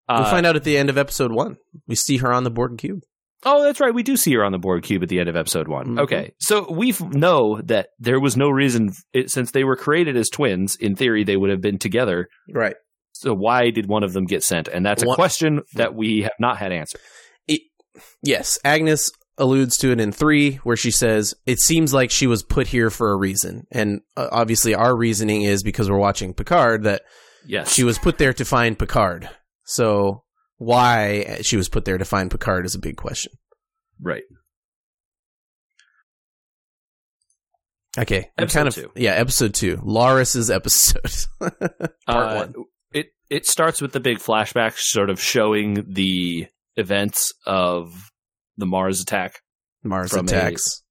Uh,
we'll find out at the end of episode one. We see her on the Borg cube.
Oh, that's right. We do see her on the board cube at the end of episode one.
Mhm.
Okay. So we f- know that there was no reason, it, since they were created as twins, in theory, they would have been together.
Right.
So why did one of them get sent? And that's a
One-
question that we have not had answered.
Yes, Agnes alludes to it in three, where she says, It seems like she was put here for a reason. And uh, obviously, our reasoning is because we're watching Picard that
Yes.
she was put there to find Picard. So, why she was put there to find Picard is a big question.
right.
Okay. we're
Episode
kind of,
two.
Yeah, episode two. Laris's episode. Part one.
Uh, It it starts with the big flashback, sort of showing the events of the Mars attack,
Mars
From a-
attacks.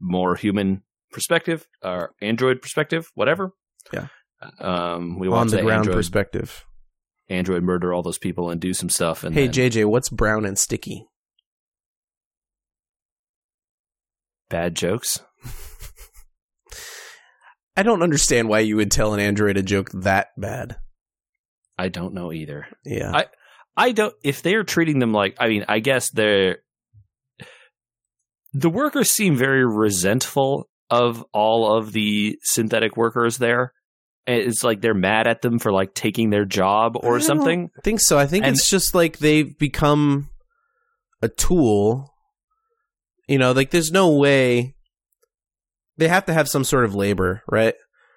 more human perspective or android perspective, whatever.
Yeah.
Um, we
on
want
the
to
ground
android,
perspective.
android murder all those people and do some stuff. And
Hey,
then
JJ, what's brown and sticky?
bad jokes.
I don't understand why you would tell an android a joke that bad.
I don't know either.
Yeah.
I don't. If they're treating them like, I mean, I guess they're the workers seem very resentful of all of the synthetic workers there. And It's like they're mad at them for like taking their job
I
or
don't
something.
I think so. I think
And-
it's just like they've become a tool. You know, like there's no way they have to have some sort of labor, right?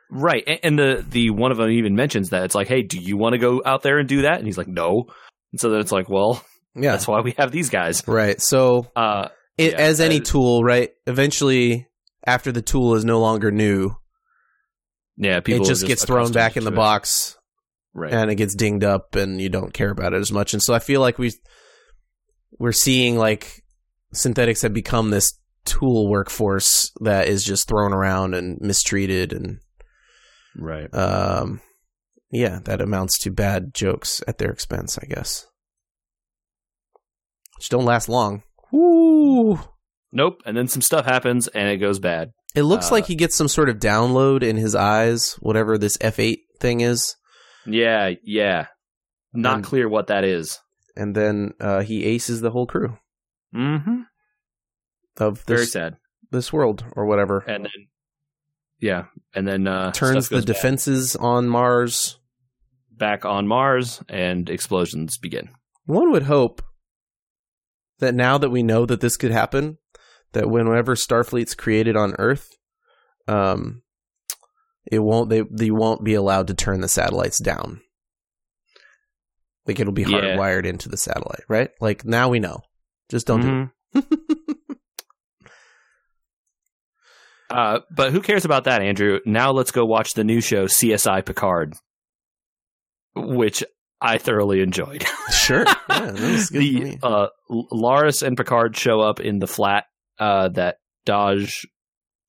Right. A- And the the one of them even mentions that it's like, hey, do you want to go out there and do that? And he's like, no. And so then it's like, well,
Yeah.
that's why we have these guys.
right. So,
Uh,
it,
Yeah,
as any
that-
tool, right? Eventually, after the tool is no longer new,
yeah, people
it
are
just gets thrown
accustomed
back in the
to it.
box
Right.
and it gets dinged up and you don't care about it as much and so i feel like we we're seeing like synthetics have become this tool workforce that is just thrown around and mistreated and
right.
um yeah that amounts to bad jokes at their expense i guess which don't last long Woo.
Nope. And then some stuff happens and it goes bad.
it looks
Uh,
like he gets some sort of download in his eyes whatever this f8 thing is
Yeah, yeah. Not
And-
clear what that is.
and then uh, he aces the whole crew
Mm-hmm.
of
Very
this,
sad.
this world or whatever
And then, yeah, and then uh,
turns
stuff
the
goes bad.
defenses on Mars.
back on Mars, and explosions begin.
One would hope that now that we know that this could happen, that whenever Starfleet's created on Earth, um, it won't they they won't be allowed to turn the satellites down. Like it'll be
Yeah.
hardwired into the satellite, right? Like now we know. Just don't
Mm-hmm.
do it.
uh, but who cares about that, Andrew? Now let's go watch the new show CSI Picard, which I thoroughly enjoyed.
Sure. Yeah, that was good for
the
me.
uh, L- Laris and Picard show up in the flat uh, that Dodge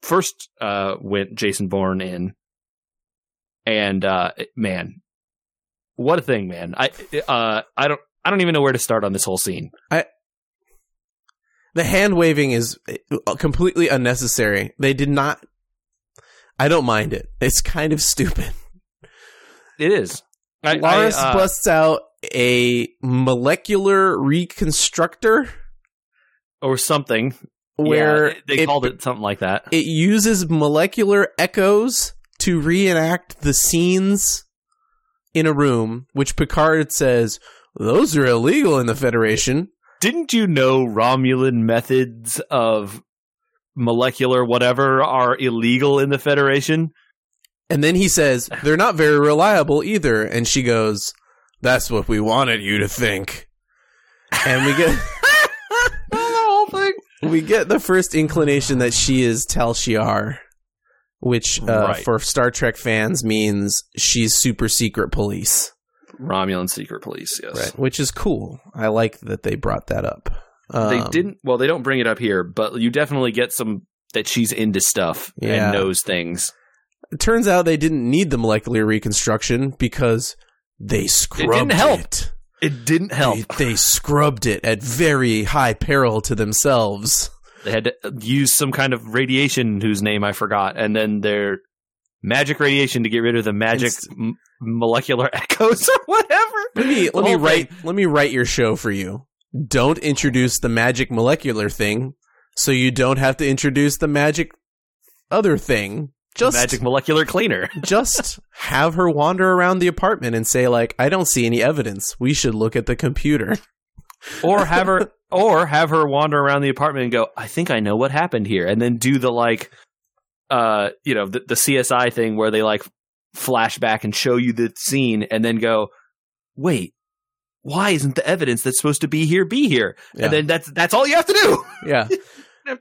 first uh, went Jason Bourne in, and uh, it- man, what a thing, man! I uh, I don't I don't even know where to start on this whole scene.
the hand waving is uh, completely unnecessary. They did not. I don't mind it. It's kind of stupid.
It is. I,
Laris
I, uh,
busts out a molecular reconstructor
or something
where
Yeah, they called it something like that.
it uses molecular echoes to reenact the scenes in a room, which Picard says those are illegal in the Federation.
Didn't you know Romulan methods of molecular whatever are illegal in the Federation?
And then he says they're not very reliable either. And she goes, "That's what we wanted you to think." And we get
the whole thing.
we get the first inclination that she is Tal Shiar, which uh,
Right.
for Star Trek fans means she's super secret police,
Romulan secret police. Yes,
which is cool. I like that they brought that up. Um,
they didn't. Well, they don't bring it up here, but you definitely get some that she's into stuff
Yeah.
and knows things.
It turns out they didn't need the molecular reconstruction because they scrubbed
didn't help.
it.
It didn't help.
They, they scrubbed it at very high peril to themselves.
They had to use some kind of radiation whose name I forgot, and then their magic radiation to get rid of the magic
It's-
m- molecular echoes or whatever.
Let me
The
let me
whole
write
thing-
let me write your show for you. Don't introduce the magic molecular thing, so you don't have to introduce the magic other thing.
the
Just
magic molecular cleaner.
just have her wander around the apartment and say like, "I don't see any evidence. We should look at the computer."
or have her or have her wander around the apartment and go i think i know what happened here and then do the like uh you know the, the csi thing where they like flash back and show you the scene and then go wait why isn't the evidence that's supposed to be here be here
Yeah.
and then that's that's all you have to do You
Yeah.
don't have to think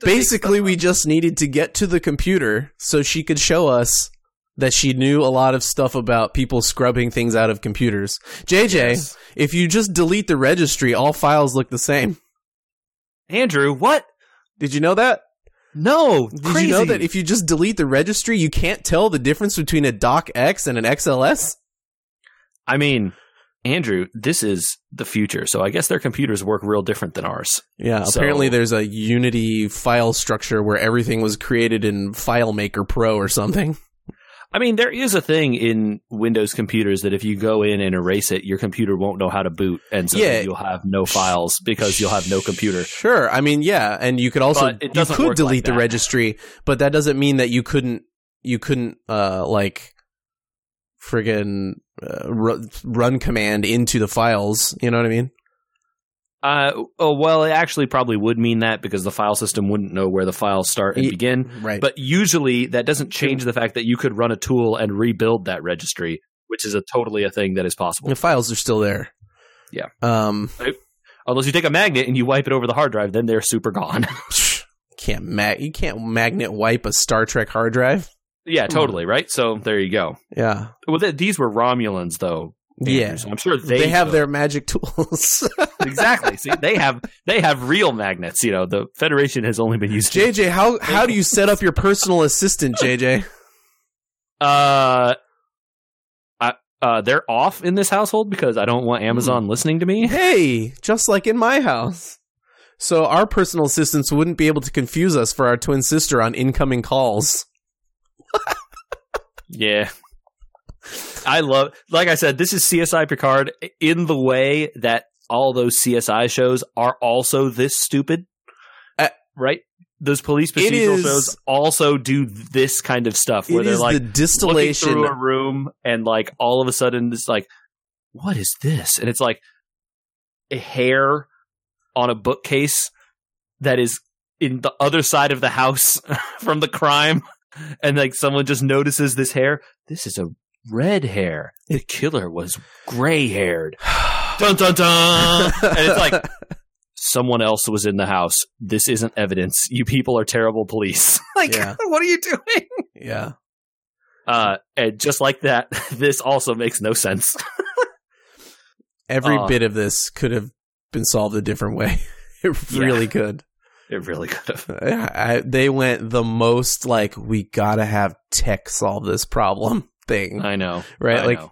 Basically, we just needed to get to the computer so she could show us that she knew a lot of stuff about people scrubbing things out of computers. JJ,
Yes.
if you just delete the registry, all files look the same.
andrew what
Did you know that?
no
Did
crazy.
you know that if you just delete the registry, you can't tell the difference between a DocX and an XLS?
i mean andrew this is the future so i guess their computers work real different than ours
Yeah,
So-
apparently there's a Unity file structure where everything was created in FileMaker Pro or something.
I mean, there is a thing in Windows computers that if you go in and erase it, your computer won't know how to boot, and so
Yeah.
you'll have no files because you'll have no computer.
Sure. I mean, yeah, and you could also
But it
you
doesn't
could
work like
delete the
that.
registry, but that doesn't mean that you couldn't you couldn't uh like friggin' uh, ru- run command into the files, you know what I mean?
Uh, oh, well, it actually probably would mean that because the file system wouldn't know where the files start and
Ye-
begin.
Right.
But usually, that doesn't change the fact that you could run a tool and rebuild that registry, which is a totally a thing that is possible.
the files are still there.
Yeah.
Um
Unless you take a magnet and you wipe it over the hard drive, then they're super gone.
can't mag you can't magnet wipe a Star Trek hard drive. Hmm.
yeah, totally. Right. So there you go.
Yeah.
Well, th- these were Romulans, though.
Yeah.
So I'm sure
They,
they
have
know.
their magic tools.
exactly. See, they have they have real magnets. You know, the Federation has only been used. to-
JJ, how how do you set up your personal assistant, JJ?
uh, I, uh, they're off in this household because I don't want Amazon listening to me.
Hey, just like in my house. So our personal assistants wouldn't be able to confuse us for our twin sister on incoming calls.
Yeah. I love, like I said, this is CSI Picard in the way that all those CSI shows are also this stupid,
Uh,
right? Those police
it
procedural
is-
shows also do this kind of stuff where
It
they're
is
like,
the
looking
distillation.
through a room and like all of a sudden it's like what is this and it's like a hair on a bookcase that is in the other side of the house from the crime and like someone just notices this hair this is a red hair the killer was gray haired dun dun dun and it's like someone else was in the house this isn't evidence you people are terrible police like
Yeah.
what are you doing
yeah.
uh, and just like that, this also makes no sense.
Every
Uh,
bit of this could have been solved a different way. It
Yeah.
really could.
It really could have.
I, they went the most like we gotta have tech solve this problem thing,
I know,
right?
I
like
know.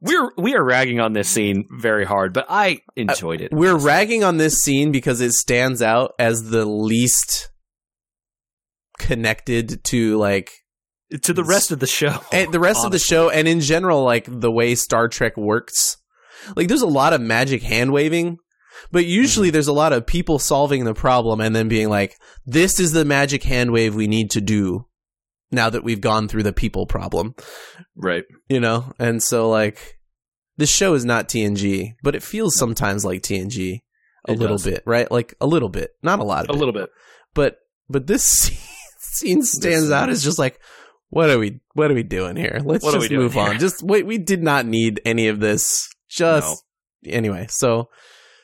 we're we are ragging on this scene very hard, but I enjoyed it.
we're ragging on this scene because it stands out as the least connected to like
to the rest of the show.
and the rest of the
honestly.
show and in general like the way star trek works like there's a lot of magic hand waving but
Mm-hmm.
usually there's a lot of people solving the problem and then being like this is the magic hand wave we need to do now that we've gone through the people problem
right?
you know and so like this show is not tng but it feels sometimes like tng a
It
little
does.
bit right like a little bit not a lot of
A
it
little bit.
but but this scene, scene stands
This-
out as just like what are we what are we doing here let's
What are we
just
doing
move on
here?
just wait we did not need any of this just anyway so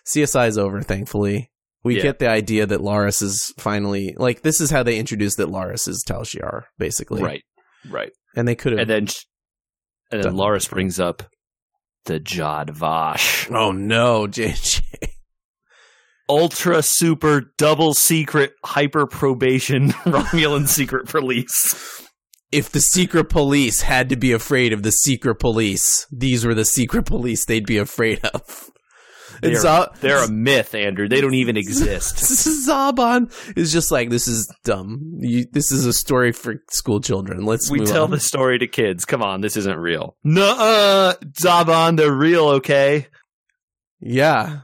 csi is over thankfully we
Yeah.
get the idea that Laris is finally like this is how they introduced that Laris is Tal Shiar basically
Right, right.
and they could have
And then, sh- and then
Done.
Laris brings up the Jod Vash,
oh no JJ
ultra super double secret hyper probation Romulan secret police.
if the secret police had to be afraid of the secret police these were the secret police they'd be afraid of
They're,
Zo-
they're a myth, Andrew. They don't even exist.
Zaban is just like this is dumb. You, this is a story for school children. Let's
We
move
tell
on.
the story to kids. Come on, this isn't real. Nuh-uh, Zaban, they're real, okay?
Yeah,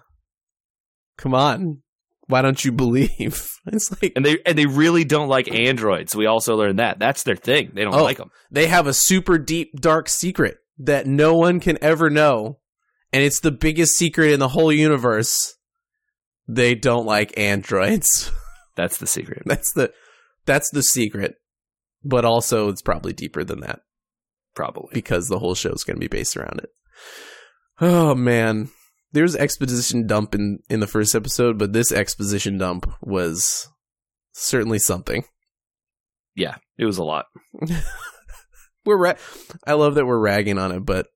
come on. Why don't you believe? It's like
And they and they really don't like androids. We also learned that. That's their thing. They don't
Oh.
like them.
they have a super deep dark secret that no one can ever know, and it's the biggest secret in the whole universe. They don't like androids.
That's the secret.
That's the that's the secret. But also, it's probably deeper than that.
Probably.
because the whole show's going to be based around it. Oh man, there's exposition dump in in the first episode, but this exposition dump was certainly something.
Yeah, it was a lot.
We're ra- I love that we're ragging on it, but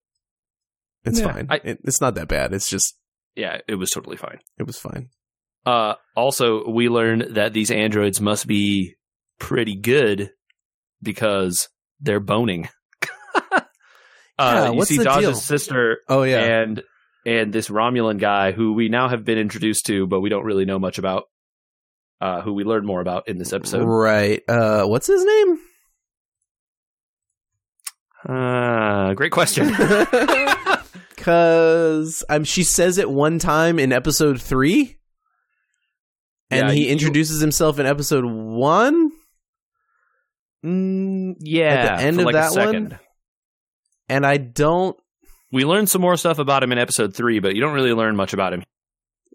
it's
Yeah,
fine.
I-
it, it's not that bad. It's just
Yeah, it was totally fine.
it was fine.
Uh, also, we learned that these androids must be pretty good because they're boning. uh,
Yeah,
you
what's
see
the
Dodge's
deal?
sister
Oh yeah,
and and this Romulan guy who we now have been introduced to, but we don't really know much about. Uh, who we learn more about in this episode.
right. Uh, what's his name?
Uh, great question.
Cause um, she says it one time in episode three, and
Yeah,
he
you-
introduces himself in episode one.
Mm, yeah,
At the end
for
of
like
that
a second.
one? and I don't.
we learned some more stuff about him in episode three, but you don't really learn much about him.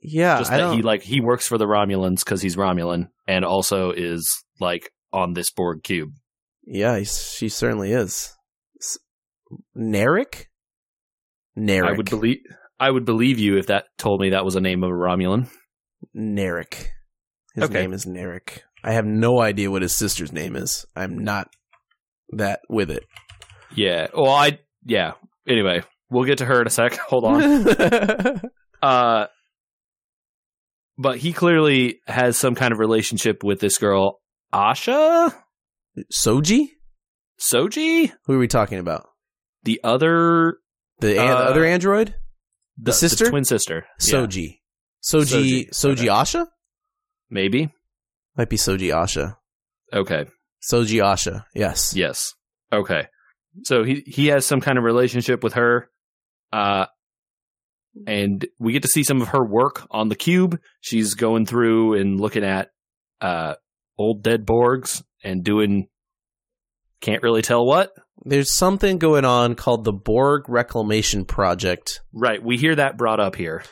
Yeah,
just
I
that
don't.
he like he works for the Romulans because he's Romulan, and also is like on this Borg cube.
yeah, he's, she certainly is. S- Narek. Narek.
I would believe I would believe you if that told me that was a name of a Romulan.
Narek. His
Okay.
name is Narek. I have no idea what his sister's name is. I'm not that with it.
Yeah. Well, I yeah. Anyway, we'll get to her in a sec. Hold on. uh, but he clearly has some kind of relationship with this girl, Asha
Soji.
Soji,
Who are we talking about?
the other
The, an-
Uh,
other android.
the,
sister?
twin sister. Yeah,
Soji. Soji.
Soji.
Soji
Okay.
Asha.
maybe.
Might be Soji Asha.
Okay.
Soji Asha. Yes.
Yes. Okay. So he he has some kind of relationship with her, uh, and we get to see some of her work on the cube. She's going through and looking at uh, old dead Borgs and doing can't really tell what.
There's something going on called the Borg Reclamation Project.
Right. We hear that brought up here.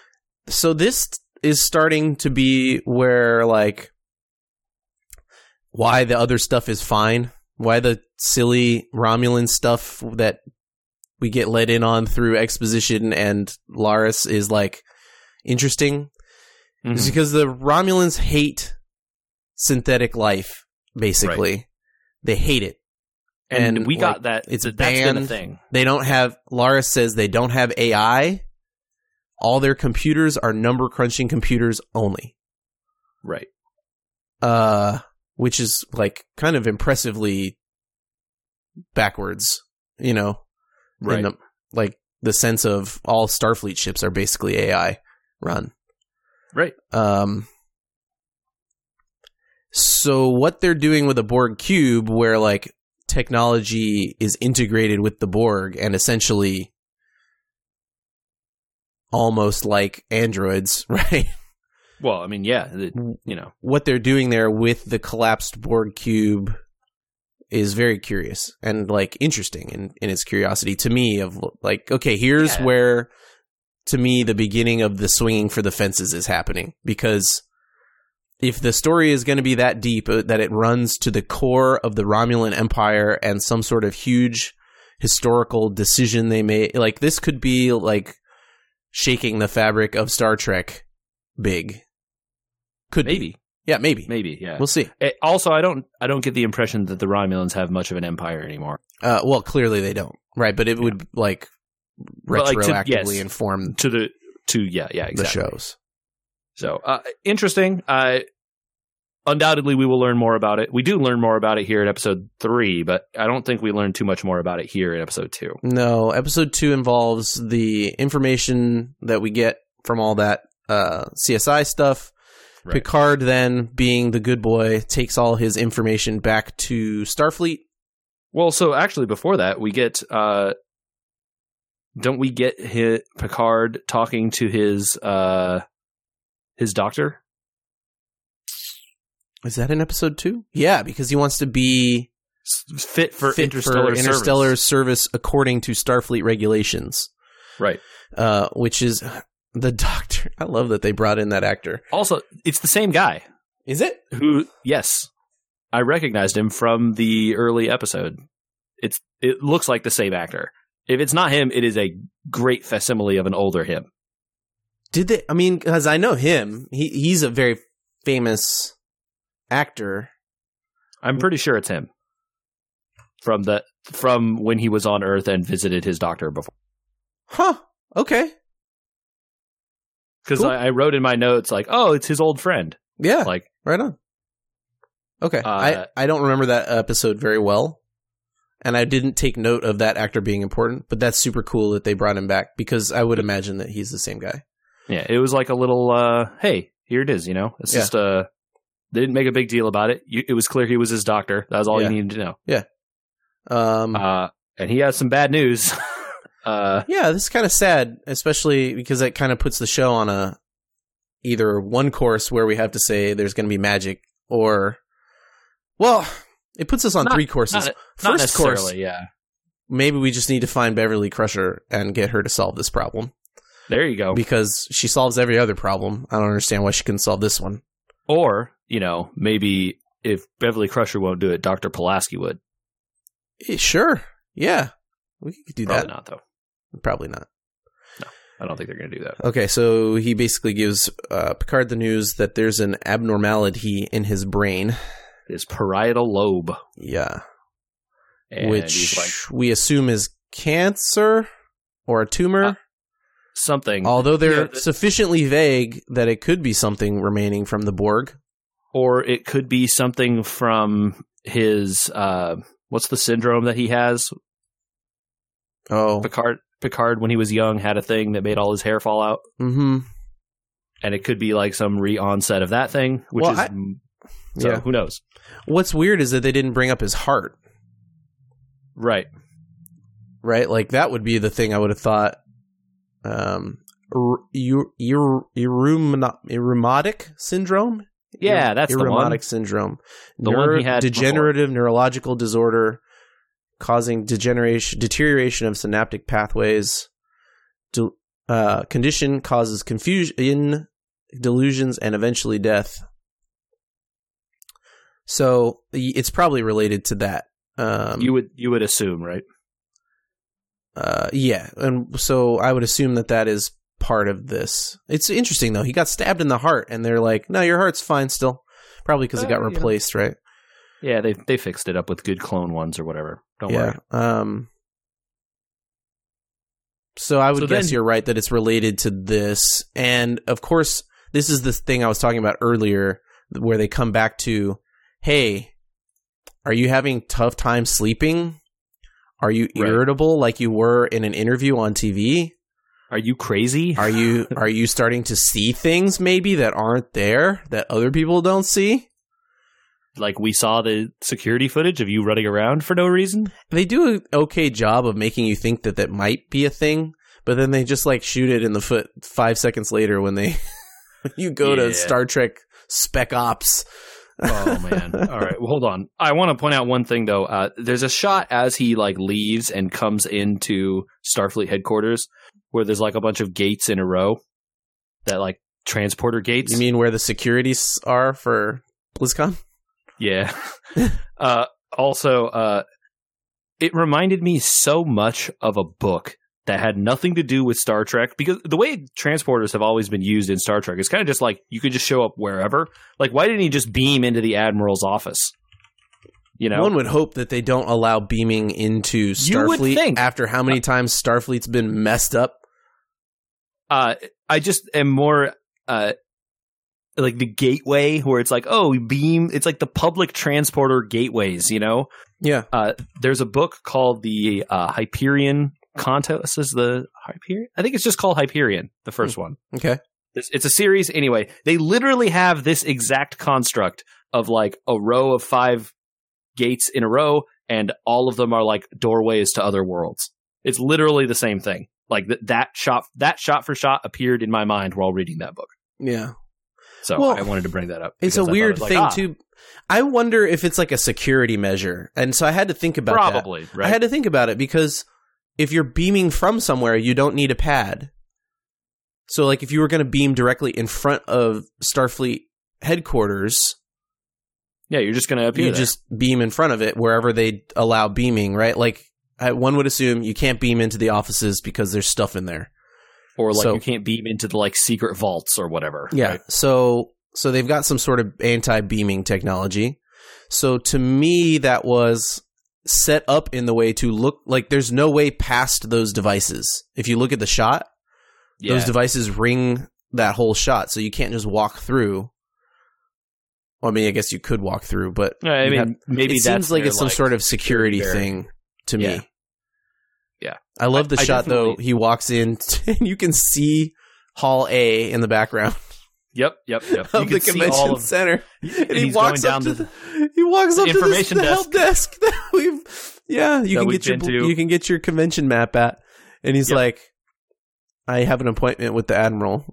so this is starting to be where like why the other stuff is fine why the silly romulan stuff that we get let in on through exposition and laris is like interesting is
Mhm.
because the romulans hate synthetic life basically they hate it
And,
and,
we
like,
got that.
it's
that, that's been a
banned.
thing.
they don't have Lara says they don't have AI. All their computers are number crunching computers only.
Right.
Uh which is like kind of impressively backwards, you know. in
Right.
the- like the sense of all Starfleet ships are basically AI run.
Right.
Um so what they're doing with a Borg cube where like technology is integrated with the Borg and essentially almost like androids, right?
well, I mean, yeah. it-
Mm.
you know.
What they're doing there with the collapsed Borg cube is very curious and like interesting in, in its curiosity to me of like okay here's
Yeah.
where to me the beginning of the swinging for the fences is happening because if the story is going to be that deep uh, that it runs to the core of the Romulan empire and some sort of huge historical decision they made like this could be like shaking the fabric of Star Trek big could be.
Maybe.
yeah maybe,
Maybe. Yeah.
we'll see
Eh, also, I don't. I don't get the impression that the Romulans have much of an empire anymore.
Uh, well, clearly they don't, right? But it would like
But, like, to-
retroactively
yes.
inform
to the to yeah yeah
the
exactly.
shows.
So uh, interesting. Uh, undoubtedly, we will learn more about it. We do learn more about it here in episode three, but I don't think we learned too much more about it here in episode two.
No, episode two involves the information that we get from all that uh, CSI stuff.
Right.
Picard, then being the good boy, takes all his information back to Starfleet.
Well, so actually, before that, we get uh, don't we get hit Picard talking to his uh, his doctor?
Is that in episode two? Yeah, because he wants to be
S- Fit for
fit
interstellar,
for
service.
interstellar service. according to Starfleet regulations,
right?
uh, which is the Doctor. I love that they brought in that actor.
Also, it's the same guy
Is it?
who, yes, I recognized him from the early episode. It's it looks like the same actor. If it's not him, it is a great facsimile of an older him.
Did they? I mean, because I know him. He he's a very famous actor.
I'm pretty sure it's him from the from when he was on Earth and visited his doctor before.
Huh. Okay.
Because
Cool.
I, I wrote in my notes like, "Oh, it's his old friend."
Yeah.
Like-
right on. Okay.
Uh,
I I don't remember that episode very well, and I didn't take note of that actor being important. But that's super cool that they brought him back because I would imagine that he's the same guy.
Yeah, it was like a little, uh, "Hey, here it is." You know, it's
Yeah.
just uh, they didn't make a big deal about it. You, it was clear he was his doctor. That was all
Yeah.
you needed to know.
Um.
Uh, and he has some bad news. uh,
yeah, this is kind of sad, especially because that kind of puts the show on a either one course where we have to say there's going to be magic, or well, it puts us on
Not-
three courses.
not- not
First course,
necessarily, yeah.
maybe we just need to find Beverly Crusher and get her to solve this problem
There you go.
because she solves every other problem. I don't understand why she couldn't solve this one.
or you know, maybe if Beverly Crusher won't do it, Doctor Pulaski would.
Eh, Sure, yeah, we could do
Probably
that.
not though.
Probably not.
I don't think they're going to do that.
Okay, so he basically gives uh, Picard the news that there's an abnormality in his brain.
His parietal lobe,
Yeah.
and
which
he's like
we assume is cancer or a tumor.
Uh, something,
Although they're
Uh, yeah, the-
sufficiently vague that it could be something remaining from the Borg.
or it could be something from his uh, what's the syndrome that he has?
Oh,
Picard Picard when he was young had a thing that made all his hair fall out,
mm-hmm.
and it could be like some re-onset of that thing, which
Well,
is
I-
so
yeah.
who knows,
What's weird is that they didn't bring up his heart,
right?
right? Like that would be the thing I would have thought. Um, ir- ir- ir- irumna- irumatic syndrome.
Yeah,
Ir-
that's the
Irumatic
one.
syndrome.
The one he had
degenerative neurological disorder causing degeneration deterioration of synaptic pathways. De- uh, condition causes confusion, delusions, and eventually death. So y- it's probably related to that. Um,
you would you would assume, right?
uh, yeah, and so I would assume that that is part of this. It's interesting though. He got stabbed in the heart, and they're like, "No, your heart's fine still." Probably because it
Uh,
got
you know.
replaced, right?
Yeah, they they fixed it up with good clone ones or whatever. Don't
yeah.
worry.
Um. So I would
So
guess
then-
you're right that it's related to this, and of course, this is the thing I was talking about earlier, where they come back to, "Hey, are you having tough time sleeping? Are you
Right.
irritable like you were in an interview on TV?
Are you crazy?
Are you are you starting to see things maybe that aren't there that other people don't see?"
like we saw the security footage of you running around for no reason.
they do an okay job of making you think that that might be a thing, but then they just like shoot it in the foot five seconds later when they when you go
Yeah.
to Star Trek Spec Ops.
Oh man! All right, well, hold on. I want to point out one thing though. Uh, there's a shot as he like leaves and comes into Starfleet headquarters, where there's like a bunch of gates in a row, that like transporter gates.
You mean where the securities are for BlizzCon?
yeah. uh, also, uh, it reminded me so much of a book that had nothing to do with Star Trek because the way transporters have always been used in Star Trek is kind of just like you could just show up wherever. Like, why didn't he just beam into the admiral's office? You know,
One would hope that they don't allow beaming into
You would
Starfleet
think.
after how many times Starfleet's been messed up.
uh, I just am more uh, like the gateway where it's like, oh, beam. It's like the public transporter gateways. You know,
Yeah.
uh, there's a book called the uh, Hyperion Contos is the Hyperion. I think it's just called Hyperion, the first one.
Hmm. Okay.
It's, it's a series anyway. They literally have this exact construct of like a row of five gates in a row, and all of them are like doorways to other worlds. It's literally the same thing. Like th- that shot, that shot for shot appeared in my mind while reading that book.
Yeah.
So
Well,
I wanted to bring that up.
It's
because I
a
thought it
weird
was like,
thing
ah,
too. I wonder if it's like a security measure. And so I had to think about that.
Probably right.
I had to think about it because if you're beaming from somewhere, you don't need a pad. So, like, if you were going to beam directly in front of Starfleet headquarters,
yeah, you're just going to appear.
you
there.
just beam in front of it wherever they allow beaming, right? Like, I, one would assume you can't beam into the offices because there's stuff in there.
or like
so-
you can't beam into the like secret vaults or whatever.
Yeah.
right?
So so they've got some sort of anti-beaming technology. So to me that was set up in the way to look like there's no way past those devices. If you look at the shot,
yeah.
those devices ring that whole shot, so you can't just walk through. Well, I mean, I guess you could walk through, but
Yeah, I
you'd
mean,
have-
maybe
it
that's
seems like
their,
it's some sort of security
barrier.
thing to
Yeah.
me.
Yeah.
I love
I-
the
I
shot though.
definitely-
He walks in, and you can see Hall A in the background
Yep, yep, yep. You
of the
can see all
convention
of
center. And,
and
he
he's
walks
going
up
down
to
to
the, he walks
the
up to this,
information
the help desk that we've yeah you
That
can
we've
get your
been
bl-
to.
you can get your convention map at, and he's
Yep.
like, I have an appointment with the admiral.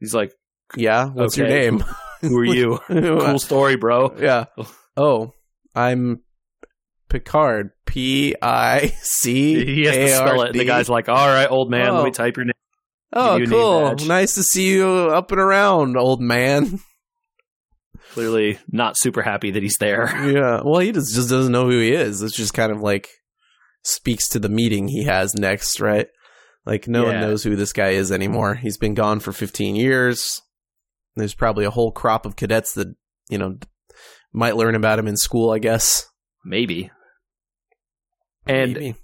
He's like,
Yeah, what's your
Okay.
name?
"Who are you? cool story, bro."
Yeah. Oh, I'm Picard. P I C.
He has to spell it. And the guy's like, "All right, old man,
Oh.
let me type your name."
Oh,
give you a name
cool.
badge.
Nice to see you up and around, old man.
Clearly, not super happy that he's there.
yeah. Well, he just, just doesn't know who he is. It's just kind of like speaks to the meeting he has next, right? Like no one
Yeah.
knows who this guy is anymore. He's been gone for 15 years. There's probably a whole crop of cadets that, you know, might learn about him in school, I guess.
Maybe. And
Maybe.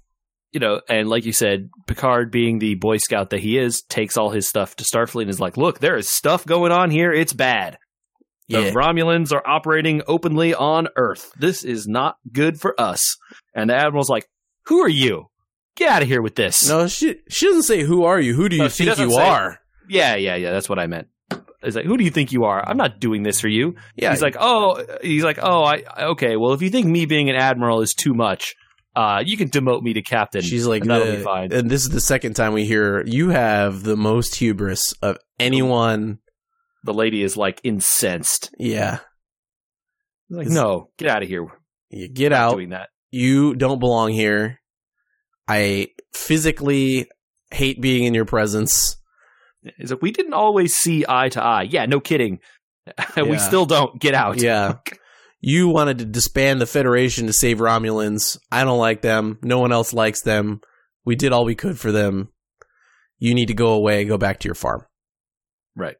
you know, and like you said, Picard, being the Boy Scout that he is, takes all his stuff to Starfleet and is like, "Look, there is stuff going on here. It's bad. The
yeah.
Romulans are operating openly on Earth. This is not good for us." And the admiral's like, "Who are you? Get out of here with this."
No, she she doesn't say who are you. Who do you
No, she
think
doesn't
you
say.
are?
Yeah, yeah, yeah. That's what I meant. It's like, who do you think you are? I'm not doing this for you.
Yeah,
he's like, oh, he's like, oh, I I- okay. Well, if you think me being an admiral is too much, uh, you can demote me to captain.
she's like,
and that'll
the-
be fine.
and this is the second time we hear you have the most hubris of anyone.
the lady is like incensed.
Yeah,
Like, no, get out of here. We're
you get
not
out.
doing that.
You don't belong here. I physically hate being in your presence.
He's like, we didn't always see eye to eye. Yeah, no kidding.
Yeah.
we still don't. Get out.
Yeah.
Okay.
You wanted to disband the Federation to save Romulans. I don't like them. No one else likes them. We did all we could for them. You need to go away and go back to your farm.
Right.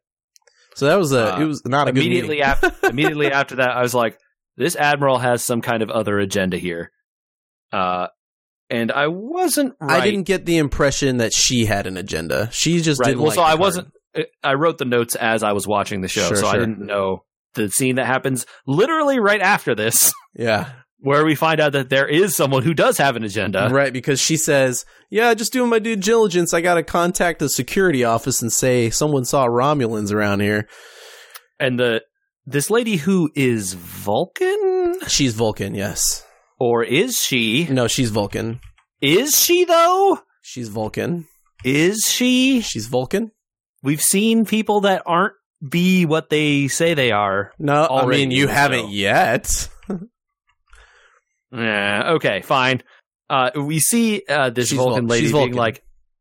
So that was a
Uh,
it was not a good
Immediately
meeting.
after, immediately after that, I was like, this admiral has some kind of other agenda here. Uh, and I wasn't right.
I didn't get the impression that she had an agenda. She just
Right.
didn't.
Well,
like
so I
Picard.
wasn't. I- I wrote the notes as I was watching the show,
Sure,
so I
sure.
didn't know the scene that happens literally right after this,
Yeah.
where we find out that there is someone who does have an agenda.
right, because she says, "Yeah, just doing my due diligence. I got to contact the security office and say someone saw Romulans around here."
And the this lady who is Vulcan,
She's Vulcan, yes.
or is she?
No, she's Vulcan.
Is she though?
She's Vulcan.
Is she?
She's Vulcan.
We've seen people that aren't be what they say they are.
No,
Already
I mean
in
you
the
haven't
show.
yet.
Nah, okay, fine. Uh, we see uh, this
She's
Vulcan
Vul-
lady
she's
being
Vulcan.
like,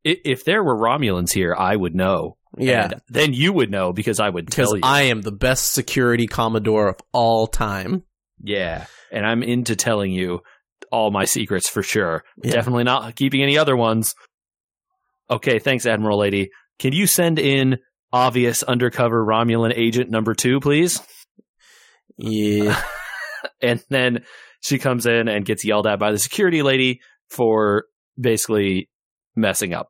"I- if there were Romulans here, I would know.
Yeah,
And then you would know because I would
because
tell you.
I am the best security commodore of all time.
yeah. And I'm into telling you all my secrets for sure.
Yeah.
Definitely not keeping any other ones. Okay, thanks, Admiral Lady. Can you send in obvious undercover Romulan agent number two, please?
Yeah,
And then she comes in and gets yelled at by the security lady for basically messing up.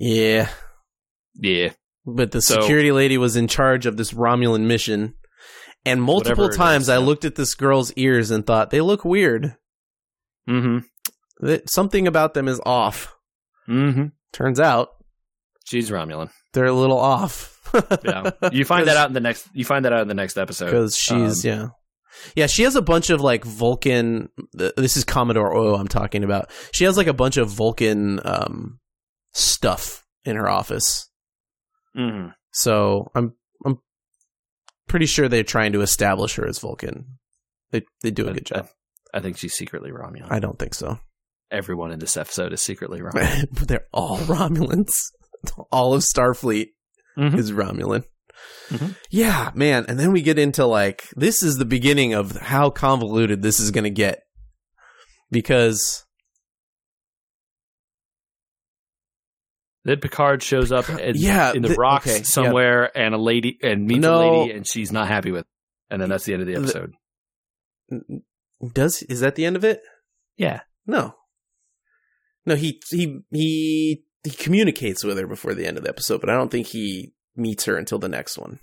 yeah.
Yeah.
But the
So-
security lady was in charge of this Romulan mission. And multiple
Whatever it
times
is,
I
yeah.
looked at this girl's ears and thought, they look weird.
Mm-hmm.
that something about them is off.
Mm-hmm.
Turns out
She's Romulan.
they're a little off.
Yeah, you find that out in the next. You find that out in the next episode.
because
um,
she's yeah yeah she has a bunch of like vulcan th- this is commodore o i'm talking about she has like a bunch of vulcan um stuff in her office
Mhm.
so i'm i'm pretty sure they're trying to establish her as vulcan they they do a good job
I think she's secretly Romulan.
i don't think so
Everyone in this episode is secretly Romulan.
but they're all romulans all of starfleet
Mhm.
is Romulan.
Mhm.
Yeah, man. And then we get into like this is the beginning of how convoluted this is going to get because
Then Picard shows up in,
Yeah,
in the
th-
rocks
okay, yeah.
somewhere, and a lady and meets a
No.
lady, and she's not happy with. it. And then that's the end of the
The-
episode.
does is that the end of it?
Yeah.
No. No, he he he he communicates with her before the end of the episode, but I don't think he meets her until the next one.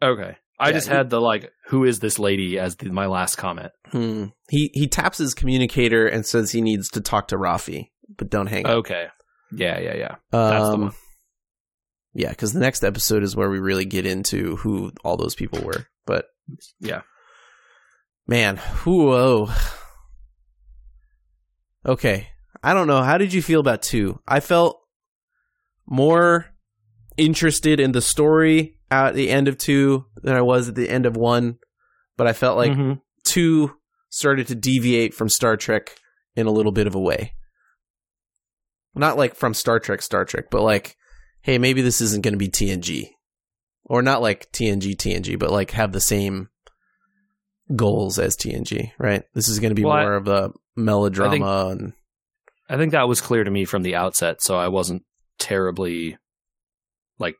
Okay, I
Yeah,
just
he-
had the like, who is this lady? As the, my last comment.
Hmm. He he taps his communicator and says he needs to talk to Rafi, but don't hang up.
Okay, yeah, yeah, yeah. That's the one.
Um, Yeah, because the next episode is where we really get into who all those people were. But
Yeah.
man, whoa. Okay, I don't know. How did you feel about two? I felt more interested in the story at the end of two than I was at the end of one, but I felt like
Mhm.
two started to deviate from Star Trek in a little bit of a way. Not like from Star Trek, Star Trek, but like, hey, maybe this isn't going to be TNG. Or not like TNG, TNG, but like have the same goals as TNG, right? This is going to be
Well, I-
more of a melodrama. and
I think that was clear to me from the outset, so I wasn't terribly like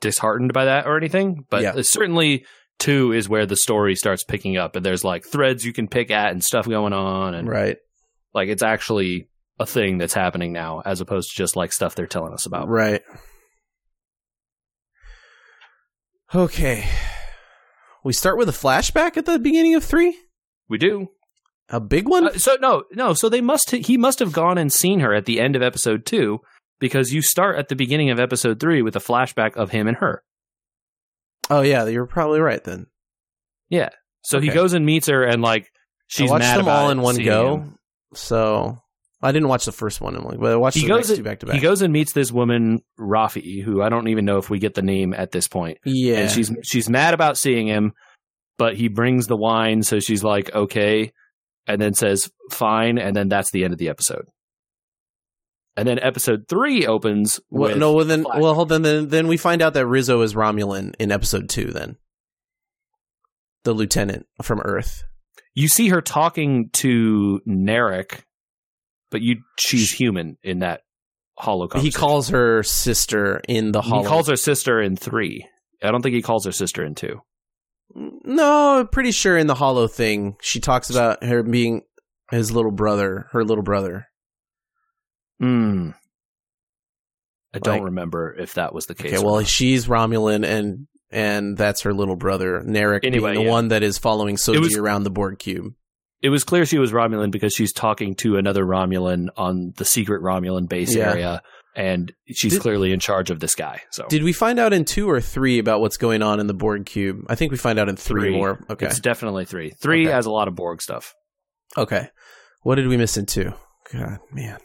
disheartened by that or anything. But
Yeah.
certainly, two is where the story starts picking up, and there's like threads you can pick at and stuff going on, and
Right,
like it's actually a thing that's happening now, as opposed to just like stuff they're telling us about.
right. Okay. We start with a flashback at the beginning of three?
We do.
A big one?
Uh, so no, no. So they must. He must have gone and seen her at the end of episode two, because you start at the beginning of episode three with a flashback of him and her.
oh, yeah, you're probably right then.
So he
Okay.
goes and meets her, and like she's
I watched
mad
them
about
all
it
in one
seeing
go.
him.
So I didn't watch the first one, in one, but I watched
He
the
goes
next
in-
two back to
He
back.
goes and meets this woman Rafi, who I don't even know if we get the name at this point.
yeah,
And she's she's mad about seeing him, but he brings the wine, so she's like okay, and then says fine, and then that's the end of the episode. And then episode three opens
well,
with
no. Well, then,
Flash.
well, hold on. Then, then we find out that Rizzo is Romulan in episode two. Then the lieutenant from Earth.
you see her talking to Narek, but you she's
She-
human in that hollow.
He
conversation.
calls her sister in the hall.
He calls her sister in three. I don't think he calls her sister in two.
No, I'm pretty sure in the Hollow thing, she talks about her being his little brother, her little brother.
Mm. I don't
Like-
remember if that was the case.
Okay,
or
well,
not.
she's Romulan, and and that's her little brother, Narek,
Anyway,
being the
yeah.
one that is following Soji
was-
around the Borg cube.
it was clear she was Romulan because she's talking to another Romulan on the secret Romulan base
Yeah.
area, and she's
Did-
clearly in charge of this guy. So
Did we find out in two or three about what's going on in the Borg cube? I think we find out in three,
Three.
more. Okay.
it's definitely three. Three
Okay.
has a lot of Borg stuff.
okay. What did we miss in two? God, man.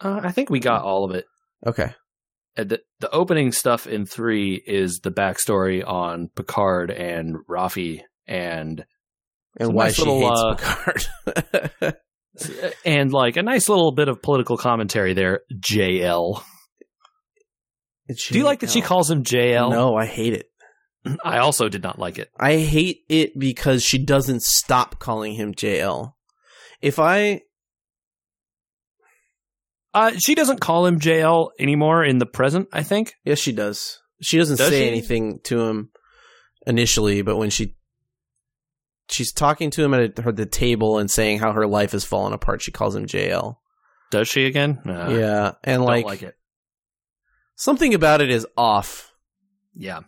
Uh, I think we got all of it.
Okay.
And the the opening stuff in three is the backstory on Picard and Rafi and
And
It's a
why
nice
she
little,
hates
uh,
Picard.
and like a nice little bit of political commentary there. JL. Do you like that she calls him JL?
No, I hate it.
I also did not like it.
I hate it because she doesn't stop calling him JL. If I
Uh, she doesn't call him JL anymore in the present, I think.
yes, she does. She doesn't
Does
say
she?
anything to him initially, but when she she's talking to him at her, the table and saying how her life has fallen apart, she calls him JL.
Does she again? No, I
yeah, and
Uh, don't
like,
like, it.
something about it is off,
Yeah.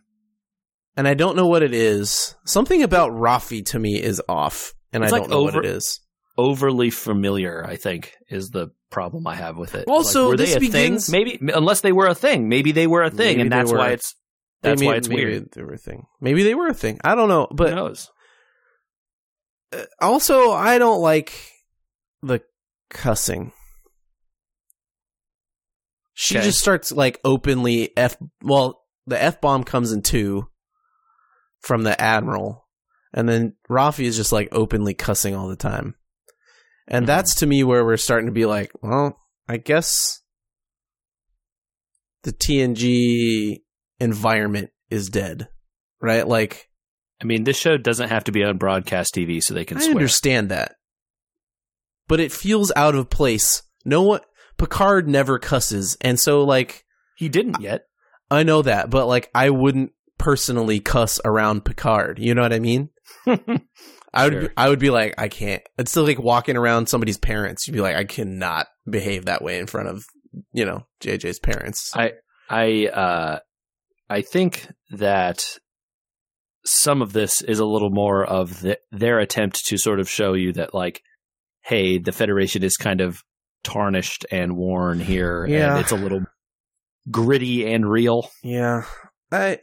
and I don't know what it is. Something about Rafi to me is off, and
It's
I
like
don't know
over-
what it is.
overly familiar. I think is the problem I have with it.
Also,
like, were
this
they a
begins-
thing? Maybe unless they were a thing. Maybe they were a thing,
Maybe
and
they
that's
were.
why it's that's
Maybe-
why it's
maybe
weird.
They were a thing. Maybe they were a thing. I don't know. But
Who knows?
uh, also, I don't like the cussing. She
Okay.
just starts like openly f. Well, the f bomb comes in two from the admiral, and then Rafi is just like openly cussing all the time, and
Mhm.
that's to me where we're starting to be like, well, I guess the TNG environment is dead, right? Like
I mean, this show doesn't have to be on broadcast TV, so they can
I
swear.
understand that, but it feels out of place. No one, Picard never cusses, and so like
He didn't yet.
I know that, but like I wouldn't personally cuss around Picard. You know what I mean? I would
Sure.
I would be like I can't. It's still like walking around somebody's parents. You'd be like I cannot behave that way in front of you know JJ's parents.
I uh, I think that some of this is a little more of the, their attempt to sort of show you that, like, hey, the Federation is kind of tarnished and worn here,
Yeah.
and it's a little gritty and real,
yeah, I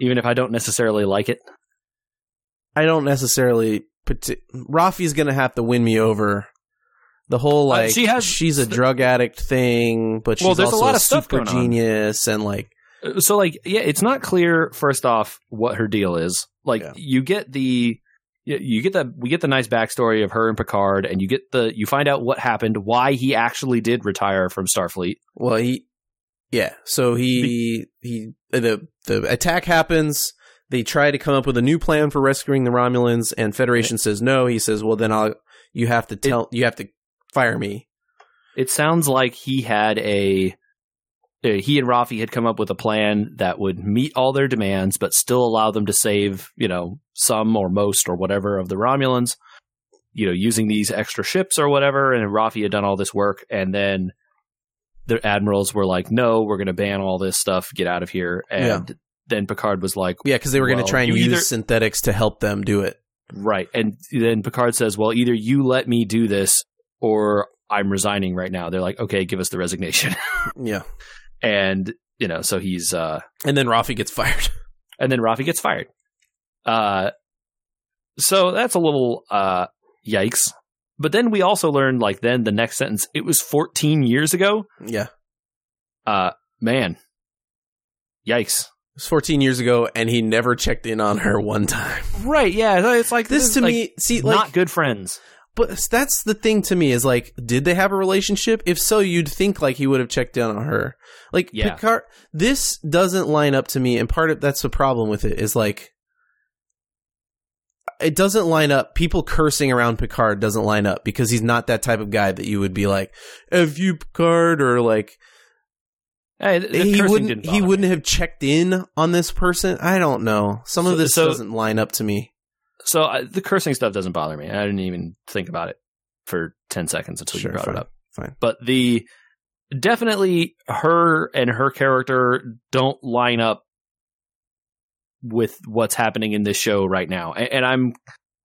even if I don't necessarily like it.
I don't necessarily. Partic- Rafi's gonna have to win me over. The whole
Uh,
like
she has-
she's a drug addict thing, but she's
Well, there's a
also
lot of stuff
super
going on.
genius and like
Uh, So, like, yeah, it's not clear first off what her deal is. Like,
Yeah.
you get the. you- You get the we get the nice backstory of her and Picard, and you get the you find out what happened, why he actually did retire from Starfleet,
well he yeah so he he the the attack happens. They try to come up with a new plan for rescuing the Romulans, and Federation says no. He says, well then I'll you have to tell you have to fire me.
it sounds like he had a uh, he and Rafi had come up with a plan that would meet all their demands but still allow them to save, you know, some or most or whatever of the Romulans, you know, using these extra ships or whatever and Rafi had done all this work and then the admirals were like, "No, we're going to ban all this stuff. Get out of here." And then Picard was like,
Yeah, because they were going
Well,
to try and
you
use
either-
synthetics to help them do it.
Right. And then Picard says, Well, either you let me do this or I'm resigning right now. They're like, Okay, give us the resignation.
Yeah,
and, you know, so he's, uh,
and then Rafi gets fired.
and then Rafi gets fired. Uh, so that's a little, uh, yikes. But then we also learned, like, then the next sentence, it was 14 years ago.
yeah.
Uh, man, yikes.
It was 14 years ago, and he never checked in on her one time.
Right. Yeah. It's like
This to me, see, like,
not good friends.
but that's the thing to me is like, did they have a relationship? If so, you'd think like he would have checked in on her. Like,
Yeah.
Picard, this doesn't line up to me, and part of that's the problem with it is like, it doesn't line up. People cursing around Picard doesn't line up because he's not that type of guy that you would be like, "F you, Picard," or like,
Hey, the
he
cursing
wouldn't
didn't
he
bother me.
wouldn't have checked in on this person. I don't know. Some of
So-
this
so-
doesn't line up to me.
So I, the cursing stuff doesn't bother me. I didn't even think about it for 10 seconds until
Sure,
you brought
fine,
it up.
fine.
But the definitely her and her character don't line up with what's happening in this show right now. And, and I'm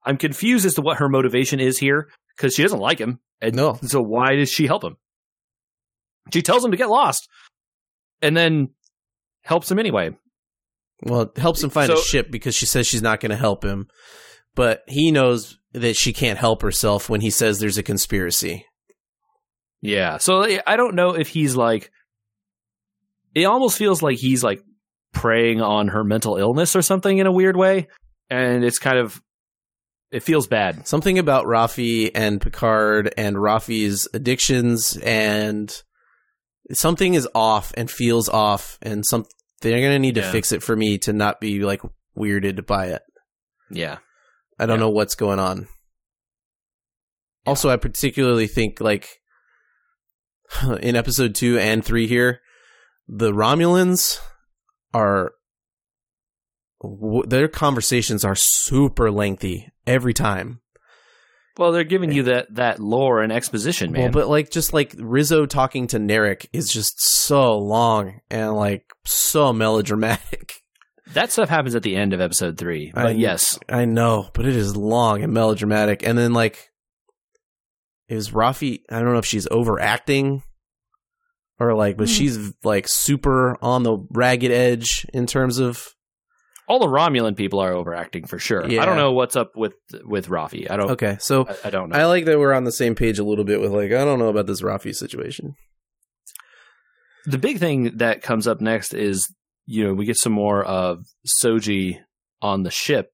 I'm confused as to what her motivation is here cuz she doesn't like him. And
No.
so why does she help him? She tells him to get lost and then helps him anyway.
Well, it helps him find a
So-
ship because she says she's not going to help him, but he knows that she can't help herself when he says there's a conspiracy.
Yeah. So like, I don't know if he's like. It almost feels like he's like preying on her mental illness or something in a weird way, and it's kind of. It feels bad.
Something about Rafi and Picard and Rafi's addictions and something is off and feels off and some they're going to need to
Yeah.
fix it for me to not be like weirded by it.
Yeah.
I don't
Yeah.
know what's going on. Also, I particularly think like in episode two and three here, the Romulans are w- their conversations are super lengthy every time.
Well, they're giving you that that lore and exposition, man.
Well, but like just like Rizzo talking to Narek is just so long and like so melodramatic.
that stuff happens at the end of episode three. But
I-
yes,
I know, but it is long and melodramatic. And then like is Rafi. I don't know if she's overacting or like, but
Hmm.
she's like super on the ragged edge in terms of.
All the Romulan people are overacting for sure.
Yeah.
I don't know what's up with with Rafi. I don't.
Okay, so
I, I don't know.
I like that we're on the same page a little bit with like I don't know about this Rafi situation.
the big thing that comes up next is you know we get some more of Soji on the ship,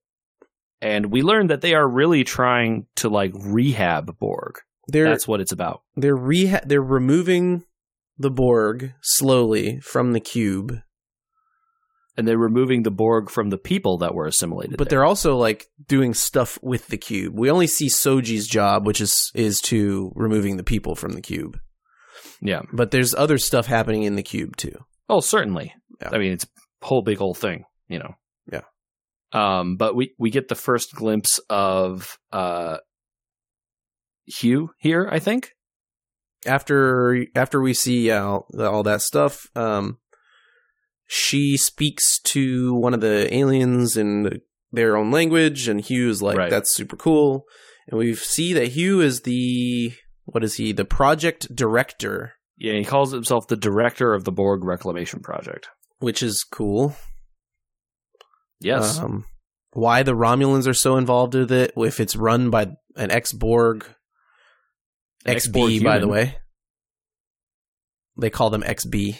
and we learn that they are really trying to like rehab Borg.
They're
That's what it's about.
they're reha- they're removing the Borg slowly from the cube,
And they're removing the Borg from the people that were assimilated.
but
there.
they're also like doing stuff with the cube. We only see Soji's job, which is is to removing the people from the cube.
Yeah.
But there's other stuff happening in the cube too.
Oh, certainly.
Yeah.
I mean, it's a whole big old thing, you know.
Yeah.
Um, but we we get the first glimpse of uh, Hugh here, I think.
After after we see uh, all, all that stuff, um, she speaks to one of the aliens in their own language, and Hugh is like,
Right.
"That's super cool." And we see that Hugh is the what is he? The project director,
Yeah, he calls himself the director of the Borg Reclamation Project.
which is cool.
Yes.
Um, why the Romulans are so involved with it, if it's run by an ex Borg,
An
XB, by the
human.
way. They call them XB.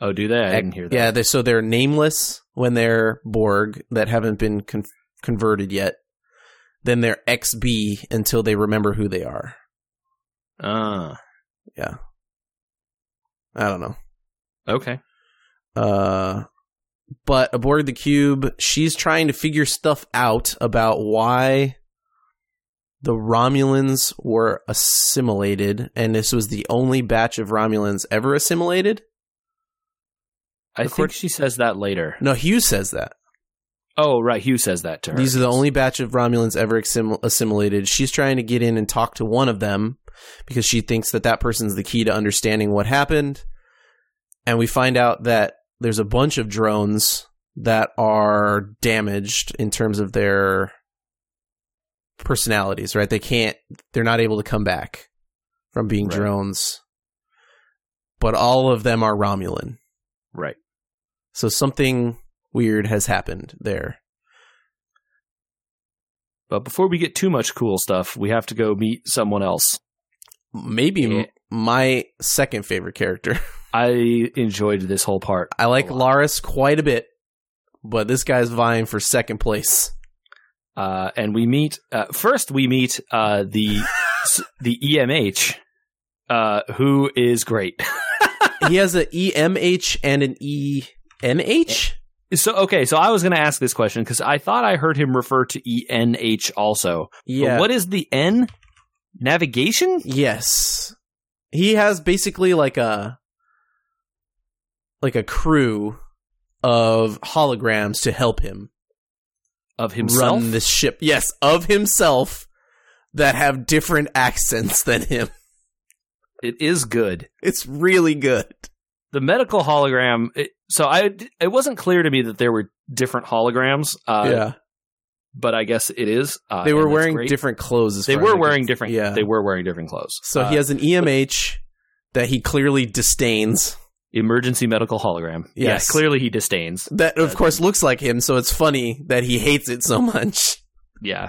Oh, do they? I didn't hear that.
Yeah, they, so they're nameless when they're Borg that haven't been con- converted yet. Then they're XB until they remember who they are.
Ah,
I don't know.
okay.
Uh, but aboard the cube, she's trying to figure stuff out about why the Romulans were assimilated, and this was the only batch of Romulans ever assimilated.
I
Of
think
course-
she says that later.
No, Hugh says that
Oh, right. Hugh says that to her.
these are the only batch of Romulans ever exim- assimilated. She's trying to get in and talk to one of them because she thinks that that person's the key to understanding what happened. And we find out that there's a bunch of drones that are damaged in terms of their personalities, right? They can't, they're not able to come back from being
Right.
drones. But all of them are Romulan.
Right.
So something weird has happened there.
But before we get too much cool stuff, we have to go meet someone else.
Maybe m
Yeah.
my second favorite character.
I enjoyed this whole part.
I like
A lot.
Laris quite a bit, but this guy's vying for second place.
uh, and we meet uh, first we meet uh, the s- the EMH, uh, who is great.
he has an EMH and an E ENH.
So okay, so I was going to ask this question because I thought I heard him refer to ENH also. But
Yeah.
what is the N? Navigation?
Yes. He has basically like a like a crew of holograms to help him
of himself.
run this ship. Yes, of himself that have different accents than him.
it is good.
It's really good.
the medical hologram it, so i it wasn't clear to me that there were different holograms uh but i guess it is uh,
they were
and that's
wearing
great.
different clothes. as
they
far as I
were
can
wearing different
yeah.
they were wearing different clothes
So
Uh,
he has an EMH that he clearly disdains.
emergency medical hologram Yeah,
Yes.
clearly he disdains
That of course looks like him, so it's funny that he hates it so much
yeah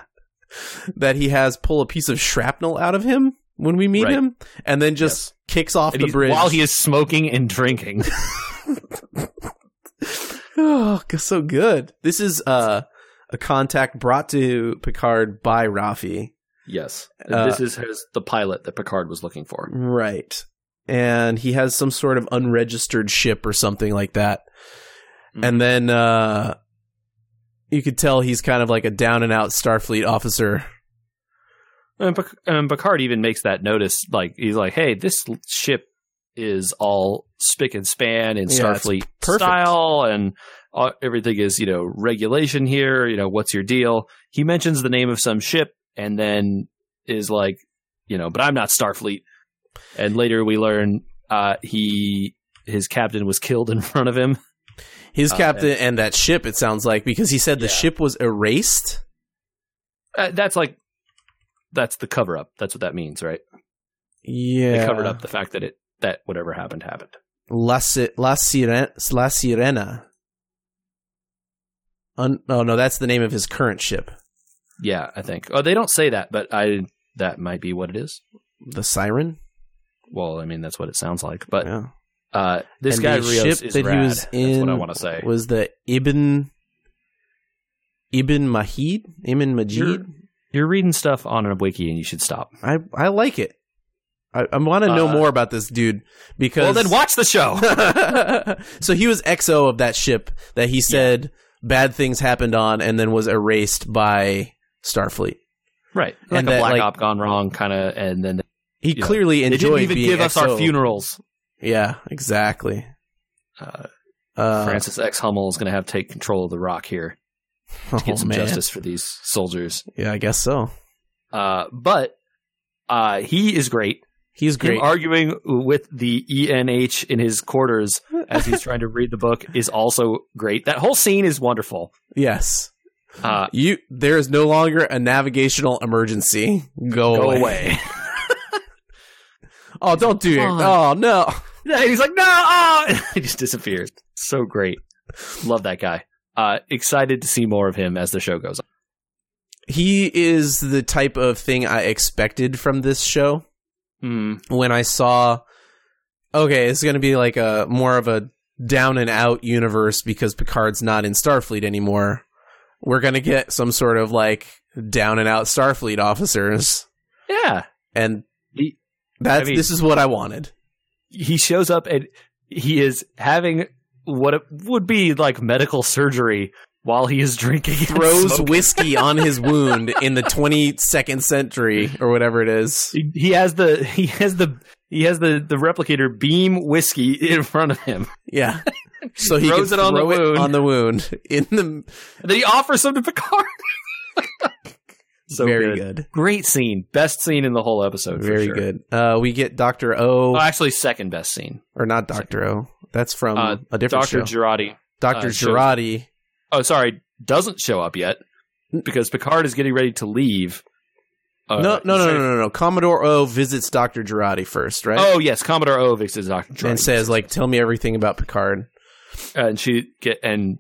that he has pull a piece of shrapnel out of him when we meet
Right.
him, and then just kicks off
And
the
he's-
bridge
while he is smoking and drinking
oh, g- so good. This is uh, a contact brought to Picard by Rafi,
yes
Uh,
this is his, the pilot that picard was looking for
right? And he has some sort of unregistered ship or something like that.
Mhm.
and then uh you could tell he's kind of like a down and out starfleet officer
and, Pic- and picard even makes that notice like he's like hey this l- ship is all spick and span in
Yeah, it's
Starfleet
perfect.
style, and all, everything is you know regulation here. You know what's your deal? He mentions the name of some ship, and then is like, you know, but I'm not Starfleet. And later we learn uh, he his captain was killed in front of him.
his
Uh,
captain and that ship it sounds like because he said the
Yeah.
ship was erased
Uh, that's like that's the cover up. That's what that means, right?
Yeah.
They covered up the fact that it that whatever happened happened.
La, Si- La, Siren- La Sirena. Un- oh, no, that's the name of his current ship.
Yeah, I think. Oh, they don't say that, but I that might be what it is.
The Siren?
Well, I mean that's what it sounds like. But
Yeah.
uh, this
And
guy
the
Rios
ship
is
that he
rad.
was
that's what I
in
want to say.
Was the Ibn. Ibn Mahid? Ibn Majid?
You're- You're reading stuff on a wiki, and you should stop.
I, I like it. I, I want to know
Uh,
more about this dude because.
Well, then watch the show.
so he was XO of that ship that he said bad things happened on and then was erased by Starfleet.
right,
And
like a
that,
black
like-
op gone wrong kind of, and then
He
Yeah.
clearly
they
enjoyed
didn't even
being
give us our
XO.
funerals.
Yeah, exactly.
Uh,
Uh,
Francis X Hummel is going to have to take control of the rock here to get
oh,
some
man.
justice for these soldiers.
Yeah, I guess so.
Uh, but uh, he is great.
He's great.
Him arguing with the ENH in his quarters as he's trying to read the book is also great. That whole scene is wonderful.
yes.
Uh,
You there is no longer a navigational emergency. Go,
go
away.
away.
Oh, don't do it.
Come
Oh, no.
Yeah, he's like, no, oh! he just disappears. So great. Love that guy. Uh, excited to see more of him as the show goes on.
He is the type of thing I expected from this show. when I saw, okay, it's going to be like a more of a down and out universe because Picard's not in Starfleet anymore. We're going to get some sort of like down and out Starfleet officers,
Yeah.
and
He-
that's
I mean-
this is what I wanted.
He shows up and he is having what it would be like medical surgery while he is drinking. and
Throws
smoking.
whiskey on his wound in the 22nd century or whatever it is.
He- He has the he has the he has the the replicator beam whiskey in front of him.
Yeah. So he
Throws
can
it on the
throw
wound.
on the wound in the
And then he offers some to Picard. so
very
good.
good,
Great scene. Best scene in the whole episode. for
very
sure.
good. Uh, we get Doctor O.
Oh, actually, second best scene.
or not Doctor O. That's from
Uh,
a different
Doctor
show.
Girardi.
Doctor
uh, shows-
Girardi.
Oh, sorry, doesn't show up yet because Picard is getting ready to leave. Uh,
Mm. no, no, no,
sorry.
no, no, no. Commodore O visits Doctor Girardi first, right?
Oh yes, Commodore Ovix is Doctor Girardi, Uh,
and says, like, tell me everything about Picard.
and she get and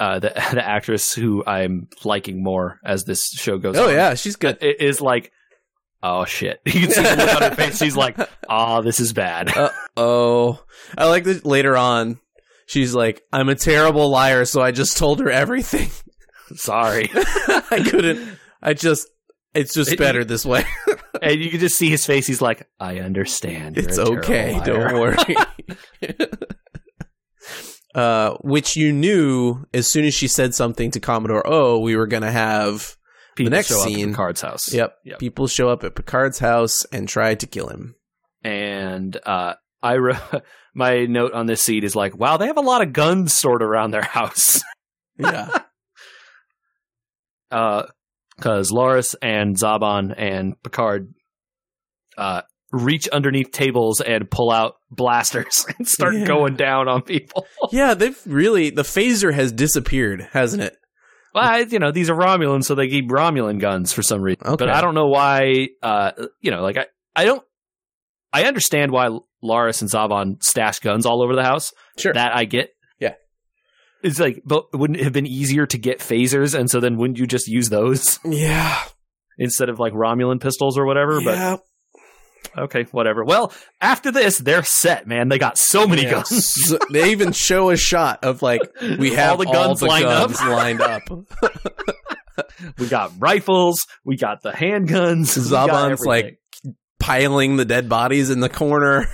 uh, the the actress who I'm liking more as this show goes.
Oh
on,
yeah, she's good.
i- is like, oh shit. You can see the look on her face. She's like, oh, this is bad.
Uh oh. I like that later on. She's like, I'm a terrible liar, so I just told her everything.
Sorry.
I couldn't. I just. It's just
It-
better this way.
and you can just see his face. He's like, I understand. You're
It's
a terrible
okay.
liar."
Don't worry. uh, which you knew as soon as she said something to Commodore O, we were going to have
People
next
show up at
scene-
Picard's house.
Yep.
Yep.
People show up at Picard's house and try to kill him.
and uh, I wrote my note on this seat is like, wow, they have a lot of guns stored around their house
Yeah.
because Uh, Loris and Zaban and Picard uh, reach underneath tables and pull out blasters and start
Yeah.
going down on people.
yeah, they've really the phaser has disappeared, hasn't it?
well, I- you know, these are Romulans, so they keep Romulan guns for some reason.
Okay.
But I don't know why. Uh, you know, like I, I don't. I understand why Loris and Zaban stash guns all over the house.
Sure.
that I get.
Yeah.
It's like, but wouldn't it have been easier to get phasers? And so then wouldn't you just use those
yeah.
instead of like Romulan pistols or whatever?
yeah.
But okay, whatever. Well, after this, they're set, man. They got so many
Yeah.
guns.
So- they even show a shot of like we have all the guns,
lined
up. lined up.
up. We got rifles. We got the handguns. we got
Zaban's like-
everything.
piling the dead bodies in the corner.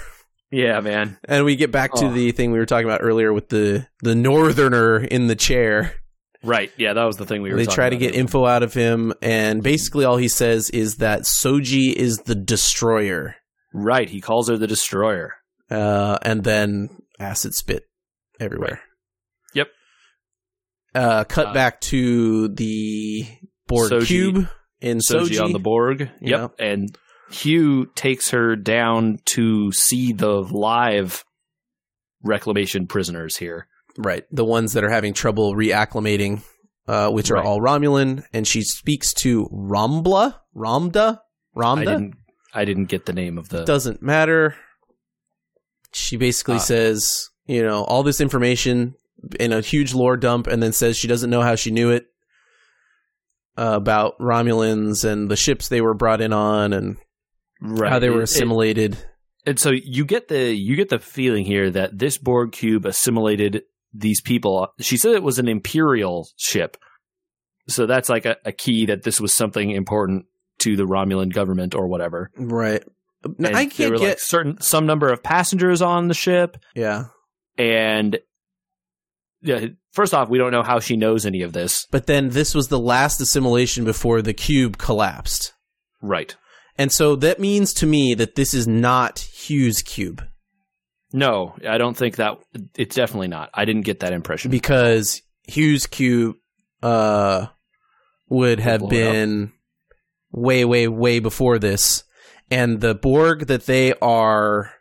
yeah, man.
And we get back to
Oh.
the thing we were talking about earlier with the the northerner in the chair.
Right. Yeah, that was the thing we were
they
talking
try to
about.
get info out of him, and basically all he says is that Soji is the destroyer,
Right. He calls her the destroyer.
uh, and then acid spit everywhere.
Yep.
Uh, cut
Uh,
back to the Borg
Soji-
cube in Soji,
Soji on the Borg. Yep.
Yeah.
And Hugh takes her down to see the live reclamation prisoners here.
right? The ones that are having trouble reacclimating, uh, which are
Right.
all Romulan, and she speaks to Rambla, Ramda,
I
Ramda.
didn't I didn't get the name of the.
Doesn't matter. She basically
Uh,
says, you know, all this information in a huge lore dump, and then says she doesn't know how she knew it uh, about Romulans and the ships they were brought in on, and
right.
how they were
It- it-
assimilated.
and so you get the you get the feeling here that this Borg cube assimilated these people. She said it was an imperial ship, so that's like a, a key that this was something important to the Romulan government or whatever.
right. Now,
And
I
there
can't
were
get.
like certain some number of passengers on the ship,
yeah,
and yeah, first off, we don't know how she knows any of this.
but then this was the last assimilation before the cube collapsed,
Right?
and so that means to me that this is not Hughes' cube.
No, I don't think that. It's definitely not. I didn't get that impression.
because Hughes Cube uh, would have
blow it
been way, way, way before this, and the Borg that they are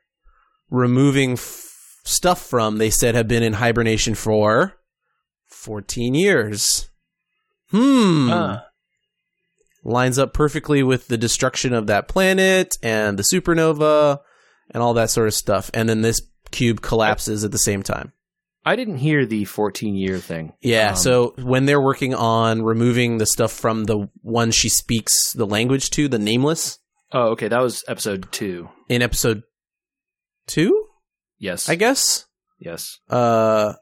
removing f- stuff from, they said, have been in hibernation for fourteen years. Hmm.
Huh.
Lines up perfectly with the destruction of that planet and the supernova and all that sort of stuff. And then this cube collapses at the same time.
I didn't hear the 14 year thing.
Yeah,
Um,
so when they're working on removing the stuff from the one she speaks the language to, the nameless,
Oh, okay. That was episode two.
in episode two,
Yes.
I guess,
yes.
uh,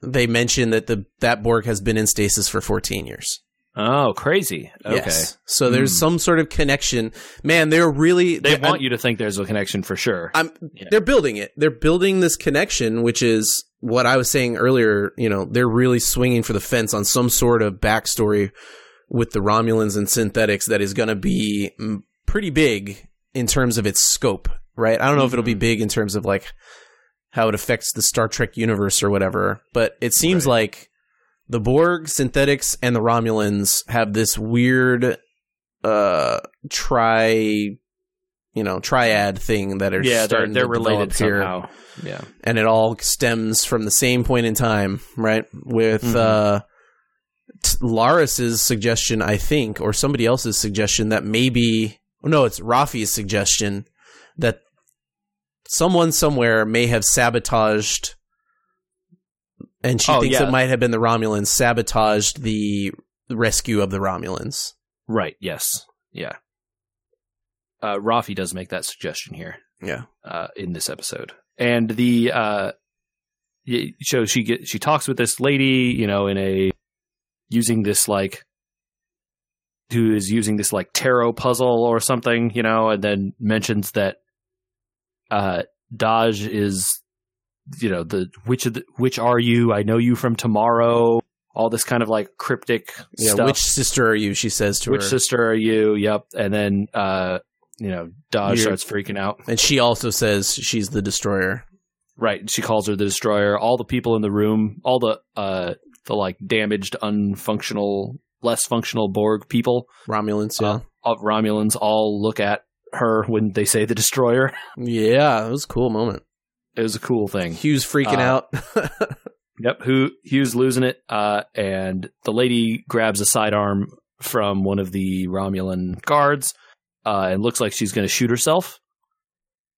they mention that the that Borg has been in stasis for 14 years.
Oh, crazy. Okay.
Yes. So there's
Hmm.
some sort of connection. Man, they're really
They
I'm-
want you to think there's a connection for sure.
I'm
Yeah.
they're building it. They're building this connection, which is what I was saying earlier. You know, they're really swinging for the fence on some sort of backstory with the Romulans and synthetics that is going to be mm, pretty big in terms of its scope, right? I don't know if it'll be
Mhm.
big in terms of like how it affects the Star Trek universe or whatever, but it seems
Right.
like the Borg, synthetics, and the Romulans have this weird uh tri you know triad thing that are
yeah, they're,
starting
they're
to develop
related
here
somehow. Yeah.
and it all stems from the same point in time right with
Mhm.
uh t- laris's suggestion i think or somebody else's suggestion that maybe no it's rafi's suggestion that someone somewhere may have sabotaged and she
Oh,
thinks
yeah.
it might have been the romulans sabotaged the rescue of the romulans
Right. Yes. Yeah. Uh, Rafi does make that suggestion here.
Yeah.
Uh, in this episode, and the uh, y- so she get she talks with this lady, you know, in a using this like who is using this like tarot puzzle or something, you know, and then mentions that uh, Dodge is, you know, the which of the, which are you? I know you from tomorrow. All this kind of like cryptic
yeah
stuff.
which sister are you she says to
Which
her
sister are you? Yep. And then, uh, you know, Dodge
You're-
starts freaking out.
And she also says she's the destroyer.
Right. She calls her the destroyer. All the people in the room, all the, uh, the like damaged, unfunctional, less functional Borg people
Romulans, yeah.
Uh, of Romulans all look at her when they say the destroyer.
yeah, it was a cool moment.
It was a cool thing.
Hugh's freaking
Uh,
out.
Yep. Who Hughes losing it, uh, and the lady grabs a sidearm from one of the Romulan guards, uh, and looks like she's going to shoot herself.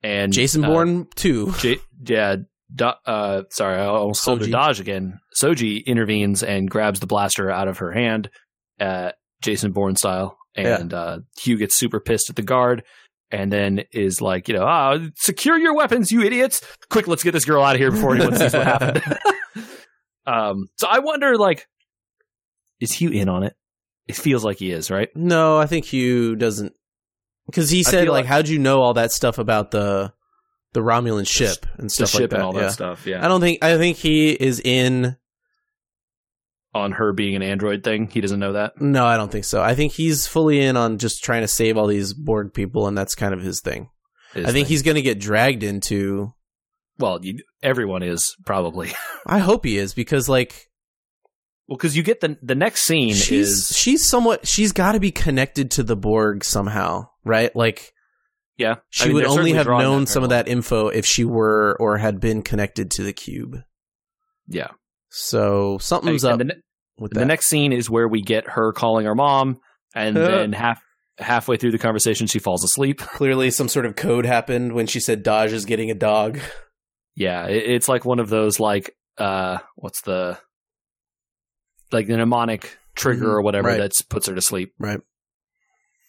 And
Jason
uh,
Bourne too.
J- yeah, Do- uh, sorry, I almost called her
Soji.
Dodge again. Soji intervenes and grabs the blaster out of her hand, uh, Jason Bourne style, and uh, Hugh gets super pissed at the guard, and then is like, you know, ah, secure your weapons, you idiots! Quick, let's get this girl out of here before anyone sees what happened. um, so I wonder, like, is Hugh in on it? It feels like he is, right?
No, I think Hugh doesn't because he said
feel
like,
like-
"How'd you know all that stuff about the the Romulan ship and
The
stuff
ship
like that?"
and all that
yeah.
stuff,
I
yeah.
don't think I think he is in.
On her being an android thing, he doesn't know that.
No, I don't think so. I think he's fully in on just trying to save all these Borg people, and that's kind of his thing. I think he's going to get dragged into
well, you, everyone is probably.
I hope he is because like
Well, because you get the the next scene
she's
is
she's somewhat she's got to be connected to the Borg somehow, right? Like
yeah.
she
I mean,
would
they're
only
certainly
have
drawing
known
that
some of
parallel.
that info if she were or had been connected to the cube.
Yeah.
So something's
And
up
the ne-
with
the
that.
next scene is where we get her calling her mom, and
Huh.
then half halfway through the conversation, she falls asleep.
Clearly, some sort of code happened when she said Dodge is getting a dog.
Yeah, it, it's like one of those like uh what's the like the mnemonic trigger or whatever
Mm-hmm. right.
that puts her to sleep.
Right.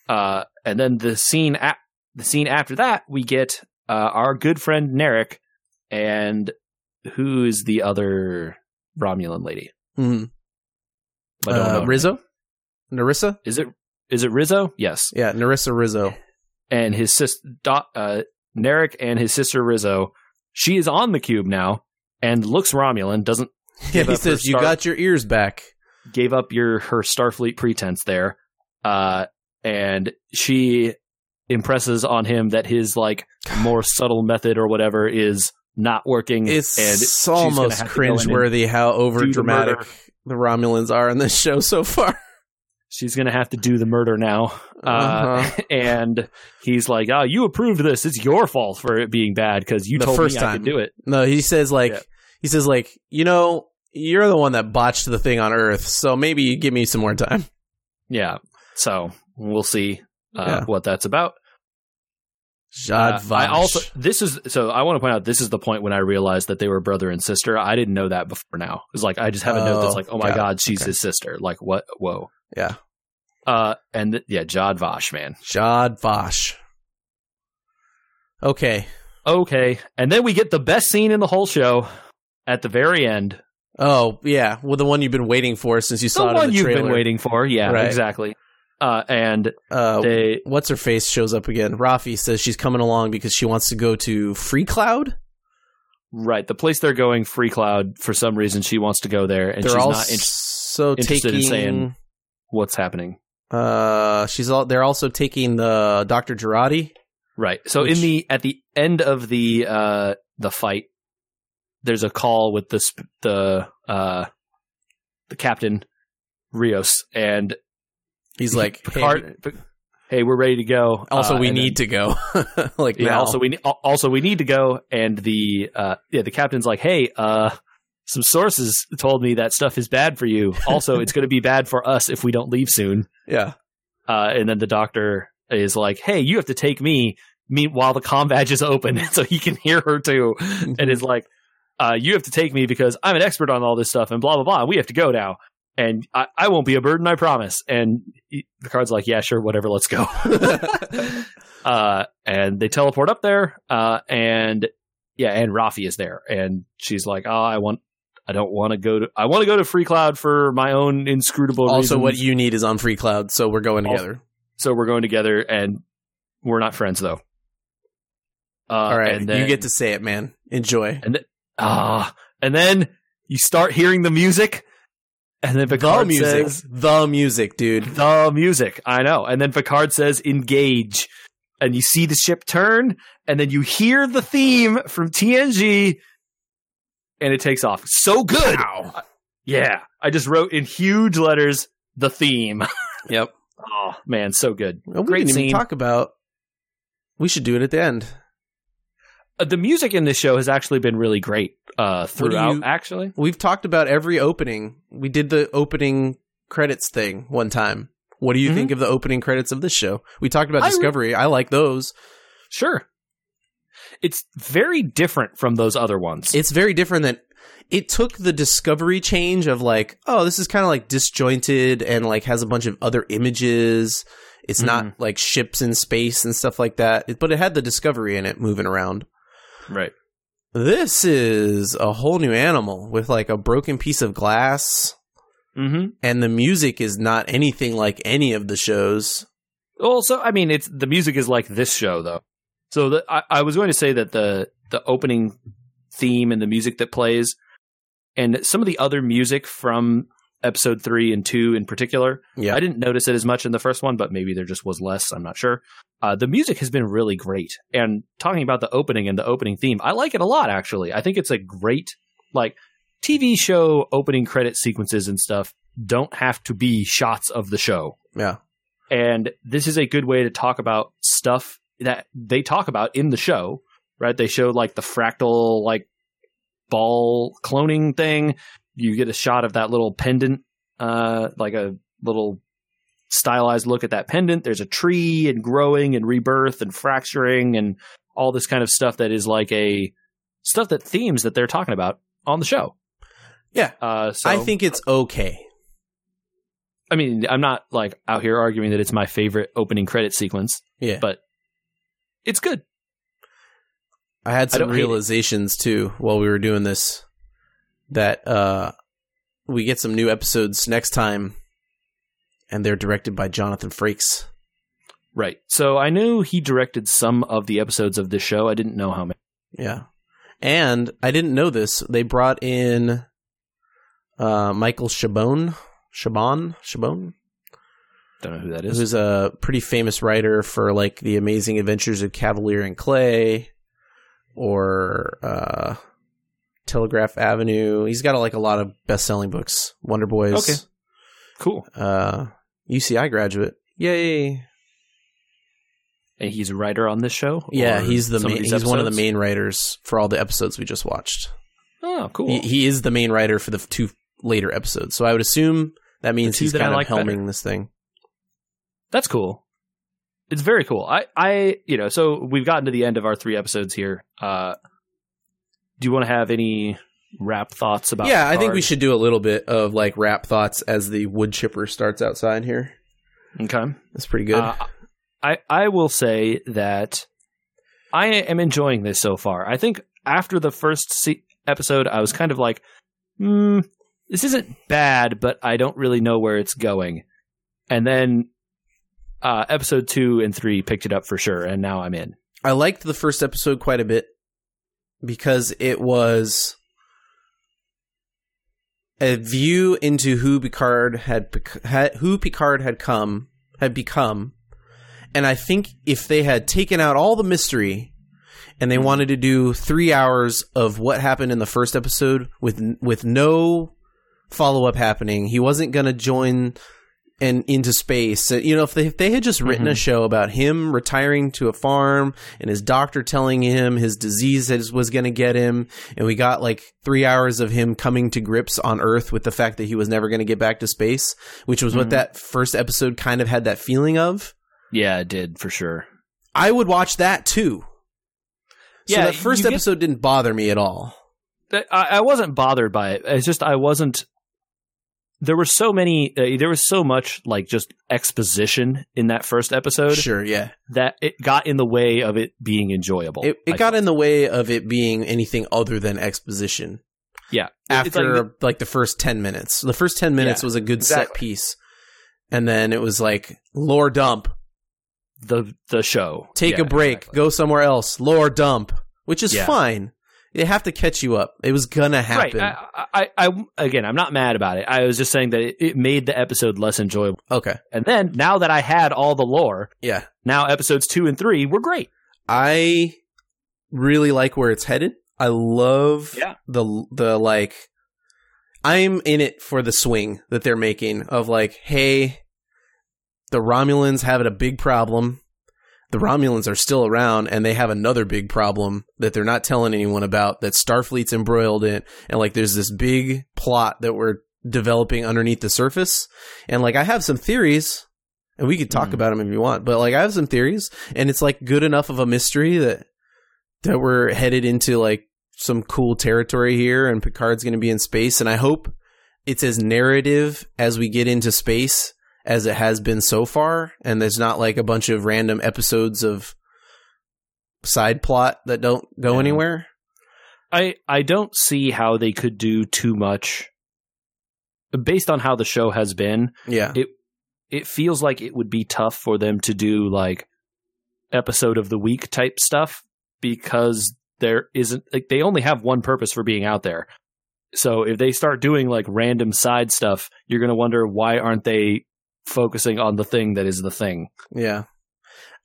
Uh and then the scene at the scene after that we get uh our good friend Narek and who is the other Romulan lady?
Mm.
I don't
Uh,
know.
Rizzo? Narissa?
is it is it Rizzo? Yes.
Yeah, Narissa Rizzo.
and his sister uh, Narek and his sister Rizzo. She is on the cube now and looks Romulan. Doesn't
Yeah,
Give
he
up her
says, You
start.
got your ears back.
gave up your her Starfleet pretense there, uh, and she impresses on him that his like more subtle method or whatever is not working.
It's
Mm. she's gonna
almost
have to go in and
cringeworthy how over
do the
dramatic
murder.
the Romulans are in this show so far.
She's gonna have to do the murder now, uh,
Uh-huh.
and he's like, "Oh, you approved this. It's your fault for it being bad because you
The
told
first
me I
time.
could do it."
No, he says like
Yeah.
he says like, you know, you're the one that botched the thing on Earth, so maybe you give me some more time.
Yeah. So we'll see uh,
Yeah.
what that's about.
Jad
Uh, I
Vash.
also this is so I want to point out this is the point when I realized that they were brother and sister. I didn't know that before now. It's like I just have a note that's
Oh,
like, oh my
got it.
god, she's
Okay.
his sister. Like what? Whoa.
Yeah.
Uh, and th- yeah, Jod Vash, man.
Jad Vash. Okay.
Okay, and then we get the best scene in the whole show at the very end.
Oh yeah, well the one you've been waiting for since you saw
the
it in
one
the
you've
trailer.
been waiting for. Yeah,
Right.
exactly. Uh, and
Uh,
they
what's her face shows up again. Rafi says she's coming along because she wants to go to Free Cloud.
right the place they're going, Free Cloud. For some reason, she wants to go there, and
They're
she's
all
not interested.
so
interested in
taking.
saying- what's happening.
uh, she's all. They're also taking the Doctor Girardi.
Right. So
Which-
in the at the end of the uh the fight, there's a call with the sp- the uh the captain Rios and
He's like, hey,
Picard. Hey, we're ready to go.
also
Uh,
we
and
need to go. like
then- yeah.
now.
Also, we ne- al- also we need to go. And the uh yeah the captain's like, hey, uh. Some sources told me that stuff is bad for you. Also, it's going to be bad for us if we don't leave soon.
yeah.
uh, and then the doctor is like, "Hey, you have to take me." Meanwhile, the comm badge is open, so he can hear her too,
Mm-hmm.
and is like, uh, "You have to take me because I'm an expert on all this stuff, and blah blah blah. We have to go now, and I, I won't be a burden, I promise." And he- the card's like, "Yeah, sure, whatever, let's go." uh, and they teleport up there, uh, and yeah, and Rafi is there, and she's like, "Oh, I want." I don't want to go to. I want to go to Free Cloud for my own inscrutable.
also, what
reasons."
you need is on Free Cloud, so we're going
Also-
together.
So we're going together, and we're not friends though. Uh,
All right,
and then,
you get to say it, man. Enjoy.
ah, and then you start hearing the music, and then
The
Picard
music,
says
the music, dude.
the music. I know, and then Picard says engage, and you see the ship turn, and then you hear the theme from TNG, and it takes off. So good,
Wow.
yeah. I just wrote in huge letters the theme.
Yep.
oh man, so good.
Well, we
Great
didn't
scene.
even talk about. We should do it at the end.
Uh, the music in this show has actually been really great uh,
do
throughout.
you-
actually,
We've talked about every opening. We did the opening credits thing one time. What do you
Mhm.
think of the opening credits of this show? We talked about
I re-
Discovery. I like those.
sure, it's very different from those other ones.
It's very different than it took the Discovery change of like, oh, this is kind of like disjointed and like has a bunch of other images. It's not
Mm-hmm.
like ships in space and stuff like that. It- but it had the Discovery in it moving around.
right.
This is a whole new animal with like a broken piece of glass.
Mm-hmm.
and the music is not anything like any of the shows.
Also, I mean, it's the music is like this show though. So the, I, I was going to say that the the opening theme and the music that plays, and some of the other music from episode three and two in particular,
Yeah.
I didn't notice it as much in the first one, but maybe there just was less. I'm not sure. Uh, the music has been really great. And talking about the opening and the opening theme, I like it a lot, actually. I think it's a great, like, TV show opening credit sequences and stuff don't have to be shots of the show.
Yeah.
And this is a good way to talk about stuff that they talk about in the show, right? They show, like, the fractal, like, ball cloning thing. You get a shot of that little pendant, uh, like a little stylized look at that pendant. There's a tree and growing and rebirth and fracturing and all this kind of stuff that is like a stuff that themes that they're talking about on the show.
Yeah.
Uh, so
I think it's okay.
I mean, I'm not like out here arguing that it's my favorite opening credit sequence.
Yeah.
But- It's good.
I had
I
some
don't hate it.
realizations too while we were doing this that uh we get some new episodes next time and they're directed by Jonathan Frakes.
Right. So I knew he directed some of the episodes of this show. I didn't know how many.
Yeah. And I didn't know this. They brought in uh Michael Chabon. Chabon? Chabon?
Don't know who that is.
Who's a pretty famous writer for like The Amazing Adventures of Cavalier and Clay or uh Telegraph Avenue. He's got like a lot of best selling books. Wonder Boys.
Okay. Cool.
uh, UCI graduate. Yay!
And he's a writer on this show.
Yeah,
Or
he's the
some
main,
these
he's one of the
episodes?
main writers for all the episodes we just watched.
Oh, cool.
He, he is the main writer for the f- two later episodes, so I would assume that means
two
he's
that I
kind of
like
helming
better.
this thing.
That's cool. It's very cool. I, I, you know, so we've gotten to the end of our three episodes here. Uh, do you want to have any wrap thoughts about?
yeah, I think
Picard?
we should do a little bit of like rap thoughts as the wood chipper starts outside here.
Okay.
That's pretty good.
Uh, I I will say that I am enjoying this so far. I think after the first se- episode, I was kind of like, hmm, this isn't bad, but I don't really know where it's going. And then uh, episode two and three picked it up for sure, and now I'm in.
I liked the first episode quite a bit because it was a view into who Picard had, bec- had who Picard had come had become, and I think if they had taken out all the mystery and they wanted to do three hours of what happened in the first episode with n- with no follow up happening, he wasn't going to join and into space. So, you know, if they if they had just written a
Mhm.
show about him retiring to a farm and his doctor telling him his disease is, was going to get him, and we got like three hours of him coming to grips on Earth with the fact that he was never going to get back to space, which was what
Mhm.
that first episode kind of had that feeling of.
Yeah, it did for sure.
I would watch that too. So
Yeah,
that first
you get-
episode didn't bother me at all.
that- I, I wasn't bothered by it. It's just I wasn't. There were so many. Uh, there was so much like just exposition in that first episode
Sure, yeah.
that it got in the way of it being enjoyable.
It it
Oh, I-
got in the way of it being anything other than exposition.
yeah It's
after
like-
like, the first 10 minutes. The first 10 minutes
Yeah,
was a good set
exactly.
piece. And then it was like lore dump,
the the show.
take
Yeah,
a break,
exactly.
go somewhere else, lore dump, which is
Yeah.
fine. They have to catch you up. It was gonna happen.
Right. I, I, I again, I'm not mad about it. I was just saying that it, it made the episode less enjoyable.
okay.
And then now that I had all the lore,
Yeah.
now episodes two and three were great.
I really like where it's headed. I love
Yeah.
the the like I'm in it for the swing that they're making of like, hey, the Romulans having a big problem. The Romulans are still around and they have another big problem that they're not telling anyone about that Starfleet's embroiled in and like there's this big plot that we're developing underneath the surface. And like I have some theories and we could talk
Mhm.
about them if you want, but like I have some theories and it's like good enough of a mystery that that we're headed into like some cool territory here and Picard's going to be in space and I hope it's as narrative as we get into space as it has been so far and there's not like a bunch of random episodes of side plot that don't go
Yeah.
anywhere.
I I don't see how they could do too much. Based on how the show has been,
Yeah.
it feels like it would be tough for them to do like episode of the week type stuff because there isn't like they only have one purpose for being out there. So if they start doing like random side stuff, you're going to wonder why aren't they focusing on the thing that is the thing.
Yeah.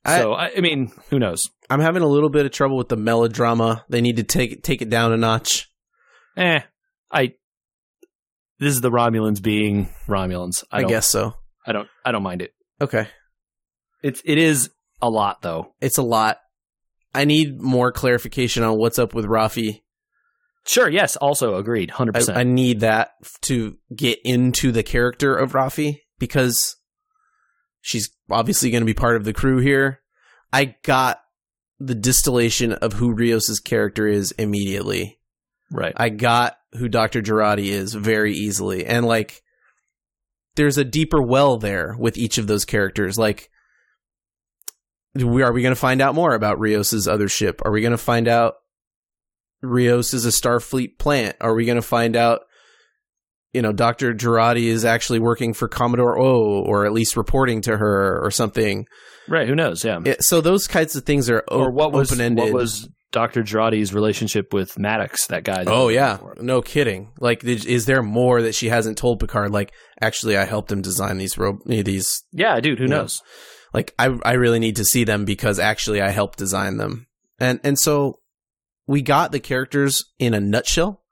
I-
So I, I mean, who knows?
I'm having a little bit of trouble with the melodrama. They need to take take it down a notch.
Eh, I this is the Romulans being Romulans. I,
I,
don't-
guess so.
I don't I don't mind it.
Okay.
It's it is a lot though.
It's a lot. I need more clarification on what's up with Rafi.
Sure, yes, also agreed, 100%.
I, I need that f- to get into the character of Rafi because She's obviously going to be part of the crew here. I got the distillation of who Rios's character is immediately.
Right.
I got who Dr. Girardi is very easily. And like there's a deeper well there with each of those characters. Like we are we going to find out more about Rios's other ship? Are we going to find out Rios is a Starfleet plant? Are we going to find out you know Dr. Girardi is actually working for Commodore O or at least reporting to her or something?
Right. Who knows? Yeah.
It- so those kinds of things are
or what was
open-ended.
what was Doctor Girardi's relationship with Maddox? That guy. that-
Oh yeah, no kidding. Like, did, is there more that she hasn't told Picard? Like, actually, I helped him design these robe. These
Yeah, dude. Who
Yeah.
knows?
like, I I really need to see them because actually, I helped design them. And and so we got the characters in a nutshell,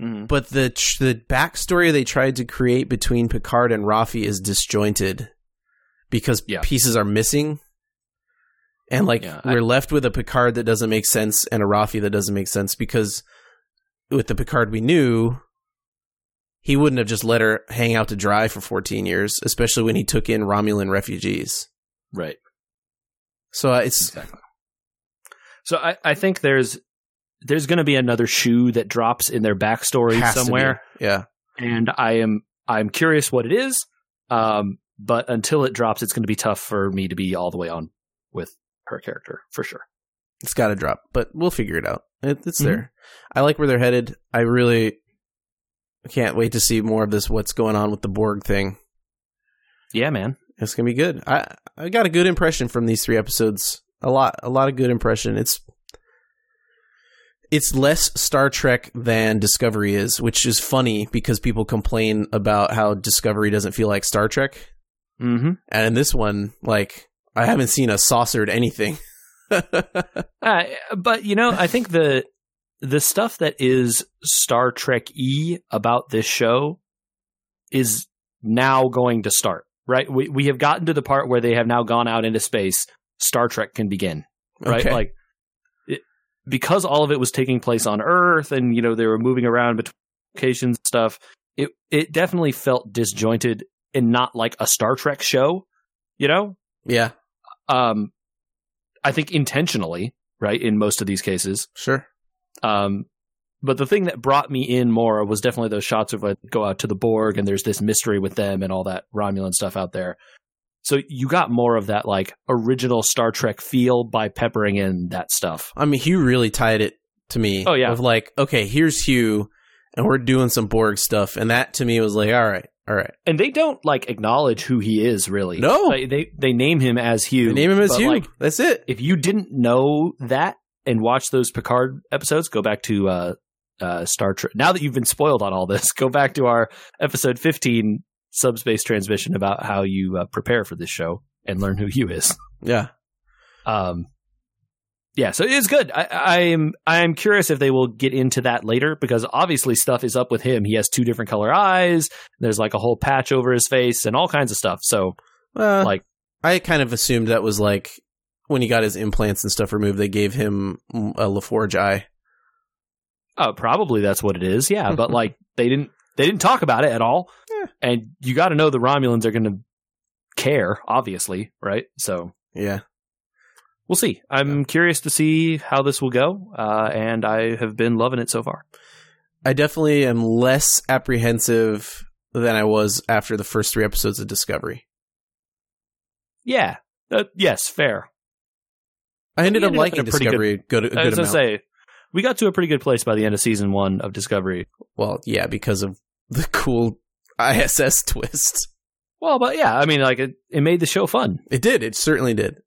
Mhm.
but the tr- the backstory they tried to create between Picard and Rafi is disjointed because
Yeah.
pieces are missing. And like
Yeah, I-
we're left with a Picard that doesn't make sense and a Rafi that doesn't make sense because with the Picard we knew, he wouldn't have just let her hang out to dry for 14 years, especially when he took in Romulan refugees.
Right.
So uh, it's
Exactly. So I, I think there's there's going to be another shoe that drops in their backstory
has to be.
somewhere.
Yeah.
and I am I'm curious what it is. Um, but until it drops, it's going to be tough for me to be all the way on with her character for sure.
It's got to drop, but we'll figure it out. It, it's
Mhm.
there. I like where they're headed. I really can't wait to see more of this. What's going on with the Borg thing?
Yeah, man.
It's gonna be good. I I got a good impression from these three episodes. A lot, a lot of good impression. It's it's less Star Trek than Discovery is, which is funny because people complain about how Discovery doesn't feel like Star Trek,
Mm-hmm.
and in this one, like I haven't seen a saucered anything.
Uh, but you know, I think the the stuff that is Star Trek e about this show is now going to start. Right, we we have gotten to the part where they have now gone out into space. Star Trek can begin. right?
Okay.
Like it, because all of it was taking place on Earth, and you know they were moving around between locations and stuff. It it definitely felt disjointed and not like a Star Trek show, you know.
yeah,
Um, I think intentionally, right? In most of these cases,
sure.
um, but the thing that brought me in more was definitely those shots of like go out to the Borg and there's this mystery with them and all that Romulan stuff out there. So you got more of that like original Star Trek feel by peppering in that stuff.
I mean, Hugh really tied it to me.
Oh, yeah.
Of like, okay, here's Hugh, and we're doing some Borg stuff, and that to me was like, all right, all right.
And they don't like acknowledge who he is really.
No.
They they, they name him as Hugh.
They name him as
but,
Hugh.
like,
That's it.
if you didn't know that and watch those Picard episodes, go back to uh, uh, Star Trek. Now that you've been spoiled on all this, go back to our episode 15 subspace transmission about how you uh, prepare for this show and learn who you is.
Yeah.
Um, yeah, so it's good. I, I am I am curious if they will get into that later because obviously stuff is up with him. He has two different color eyes. There's like a whole patch over his face and all kinds of stuff. So
Uh,
Like-
I kind of assumed that was like when he got his implants and stuff removed, they gave him mm, a LaForge eye.
Uh, probably that's what it is. Yeah, but like they didn't they didn't talk about it at all,
Yeah.
and you got to know the Romulans are going to care, obviously, right? So
Yeah.
we'll see. I'm curious to see how this will go, uh, and I have been loving it so far.
I definitely am less apprehensive than I was after the first three episodes of Discovery.
Yeah. Uh, yes, fair.
I ended
You
up
ended up
liking
in a pretty good-
Discovery good, a good
I was
amount.
gonna say we got to a pretty good place by the end of season one of Discovery.
well, yeah, because of the cool ISS twist.
Well, but yeah, I mean, like it, it made the show fun.
It did. It certainly did.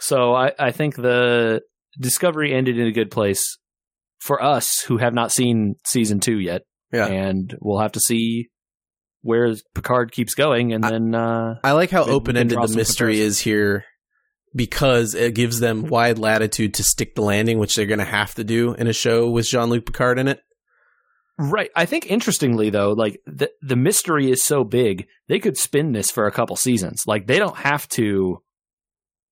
So I, I think the Discovery ended in a good place for us who have not seen season two yet.
Yeah.
And we'll have to see where Picard keeps going and
I-
then uh
I like how
They- they
open ended
draw
the
some
mystery
comparisons.
is here because it gives them wide latitude to stick the landing, which they're going to have to do in a show with Jean Luc Picard in it.
Right. I think interestingly though, like the the mystery is so big, they could spin this for a couple seasons. Like they don't have to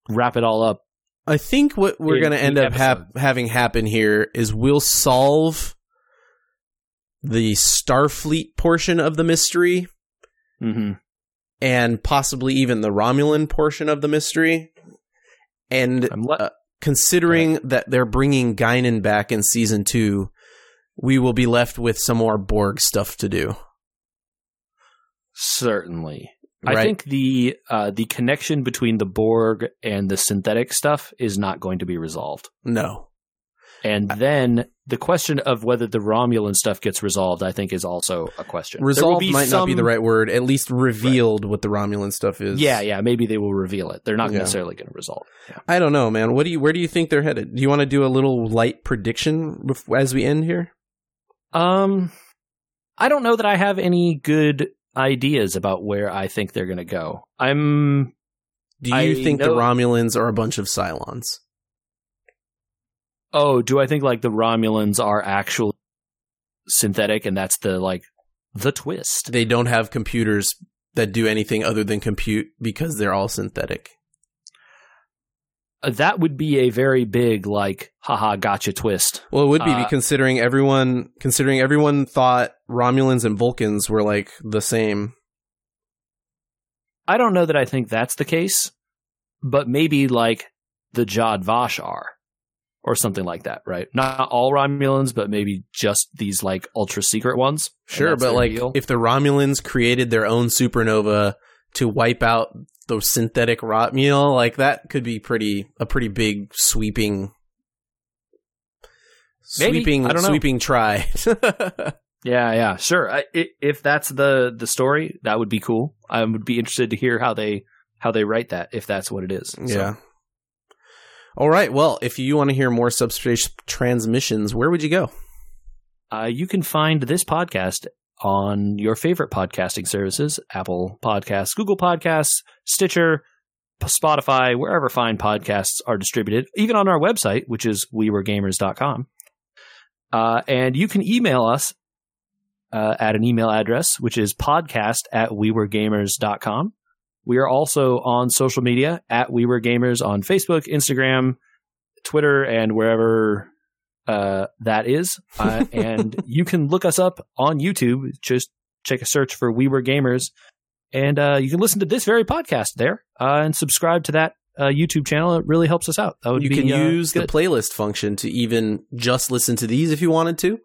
wrap it all up.
I think what we're
In
going to
the
end up hap-
episode.
having happen here is we'll solve the Starfleet portion of the mystery
Mm-hmm.
and possibly even the Romulan portion of the mystery. And
I'm le-
uh, considering that they're bringing Guinan back in season two, we will be left with some more Borg stuff to do.
certainly. I
Right.
think the uh, the connection between the Borg and the synthetic stuff is not going to be resolved.
No.
And then the question of whether the Romulan stuff gets resolved, I think, is also a question. There will
Resolved
be
might not be
some-
the right word. At least revealed what the Romulan stuff is.
Yeah, yeah. Maybe they will reveal it. They're not
Yeah.
necessarily going to resolve. it. Yeah.
I don't know, man. What do you? Where do you think they're headed? Do you want to do a little light prediction bef- as we end here?
Um, I don't know that I have any good ideas about where I think they're going to go. I'm
Do you
I
think the
know-
Romulans are a bunch of Cylons?
Oh, do I think like the Romulans are actual synthetic and that's the like the twist?
They don't have computers that do anything other than compute because they're all synthetic.
Uh, That would be a very big like haha gotcha twist.
Well, it would be
Uh,
considering everyone considering everyone thought Romulans and Vulcans were like the same.
I don't know that I think that's the case, but maybe like the Jadvash are or something like that, right? Not all Romulans, but maybe just these like ultra secret ones. and
Sure,
that's
but
their
like
deal.
if the Romulans created their own supernova to wipe out the synthetic Romul, like that could be pretty a pretty big sweeping
Maybe.
sweeping
I don't know.
sweeping try.
Yeah, yeah, sure. I, i- if that's the the story, that would be cool. I would be interested to hear how they how they write that if that's what it is. So,
yeah. All right. Well, if you want to hear more subspace transmissions, where would you go?
uh, you can find this podcast on your favorite podcasting services: Apple Podcasts, Google Podcasts, Stitcher, P- Spotify, wherever fine podcasts are distributed. Even on our website, which is wewergamers.com. Uh, and you can email us uh, at an email address, which is podcast at wewergamers.com. We are also on social media at We Were Gamers on Facebook, Instagram, Twitter, and wherever uh, that is. Uh, and you can look us up on YouTube. Just check a search for We Were Gamers. And uh, you can listen to this very podcast there uh, and subscribe to that uh, YouTube channel. It really helps us out. That would
You
be,
can
uh,
use
good.
the playlist function to even just listen to these if you wanted to.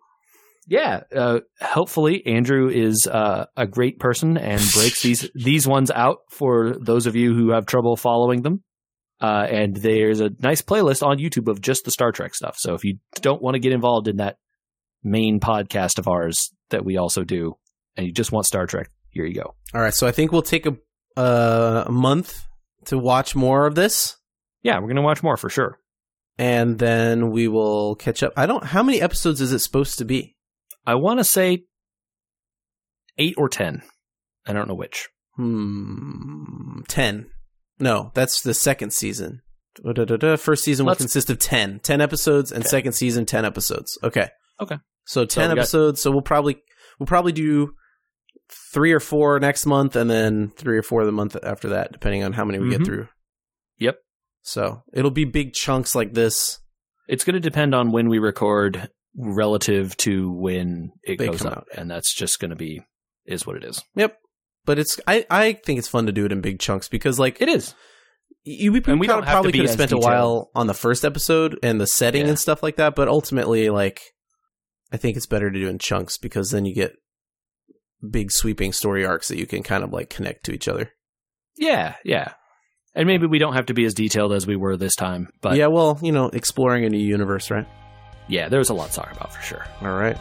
yeah uh, helpfully andrew is uh, a great person and breaks these these ones out for those of you who have trouble following them uh, and there's a nice playlist on youtube of just the star trek stuff so if you don't want to get involved in that main podcast of ours that we also do and you just want star trek here you go
All right, so I think we'll take a uh, a month to watch more of this,
yeah we're gonna watch more for sure
and then we will catch up. I don't. How many episodes is it supposed to be?
i want to say eight or ten i don't know which
Hmm, ten. No, that's the second season. Da-da-da-da. First season will
Let's-
consist of 10. 10 episodes, and
Okay.
second season ten episodes. Okay.
Okay.
So ten
we got-
episodes. so we'll probably we'll probably do three or four next month, and then three or four the month after that, depending on how many we
Mhm.
get through.
Yep.
So it'll be big chunks like this.
It's going to depend on when we record relative to when it
They
goes
come
up,
out.
and that's just going to be is what it is.
Yep. But it's I, I think it's fun to do it in big chunks because like
It is.
you we,
And we don't
kinda
have to
probably
be
could have
as
spent a
detailed.
while on the first episode and the setting
Yeah.
and stuff like that, but ultimately like I think it's better to do in chunks because then you get big sweeping story arcs that you can kind of like connect to each other.
Yeah, yeah. And maybe we don't have to be as detailed as we were this time, but yeah,
yeah, well, you know, exploring a new universe, right?
yeah there's a lot to talk about for sure.
All right.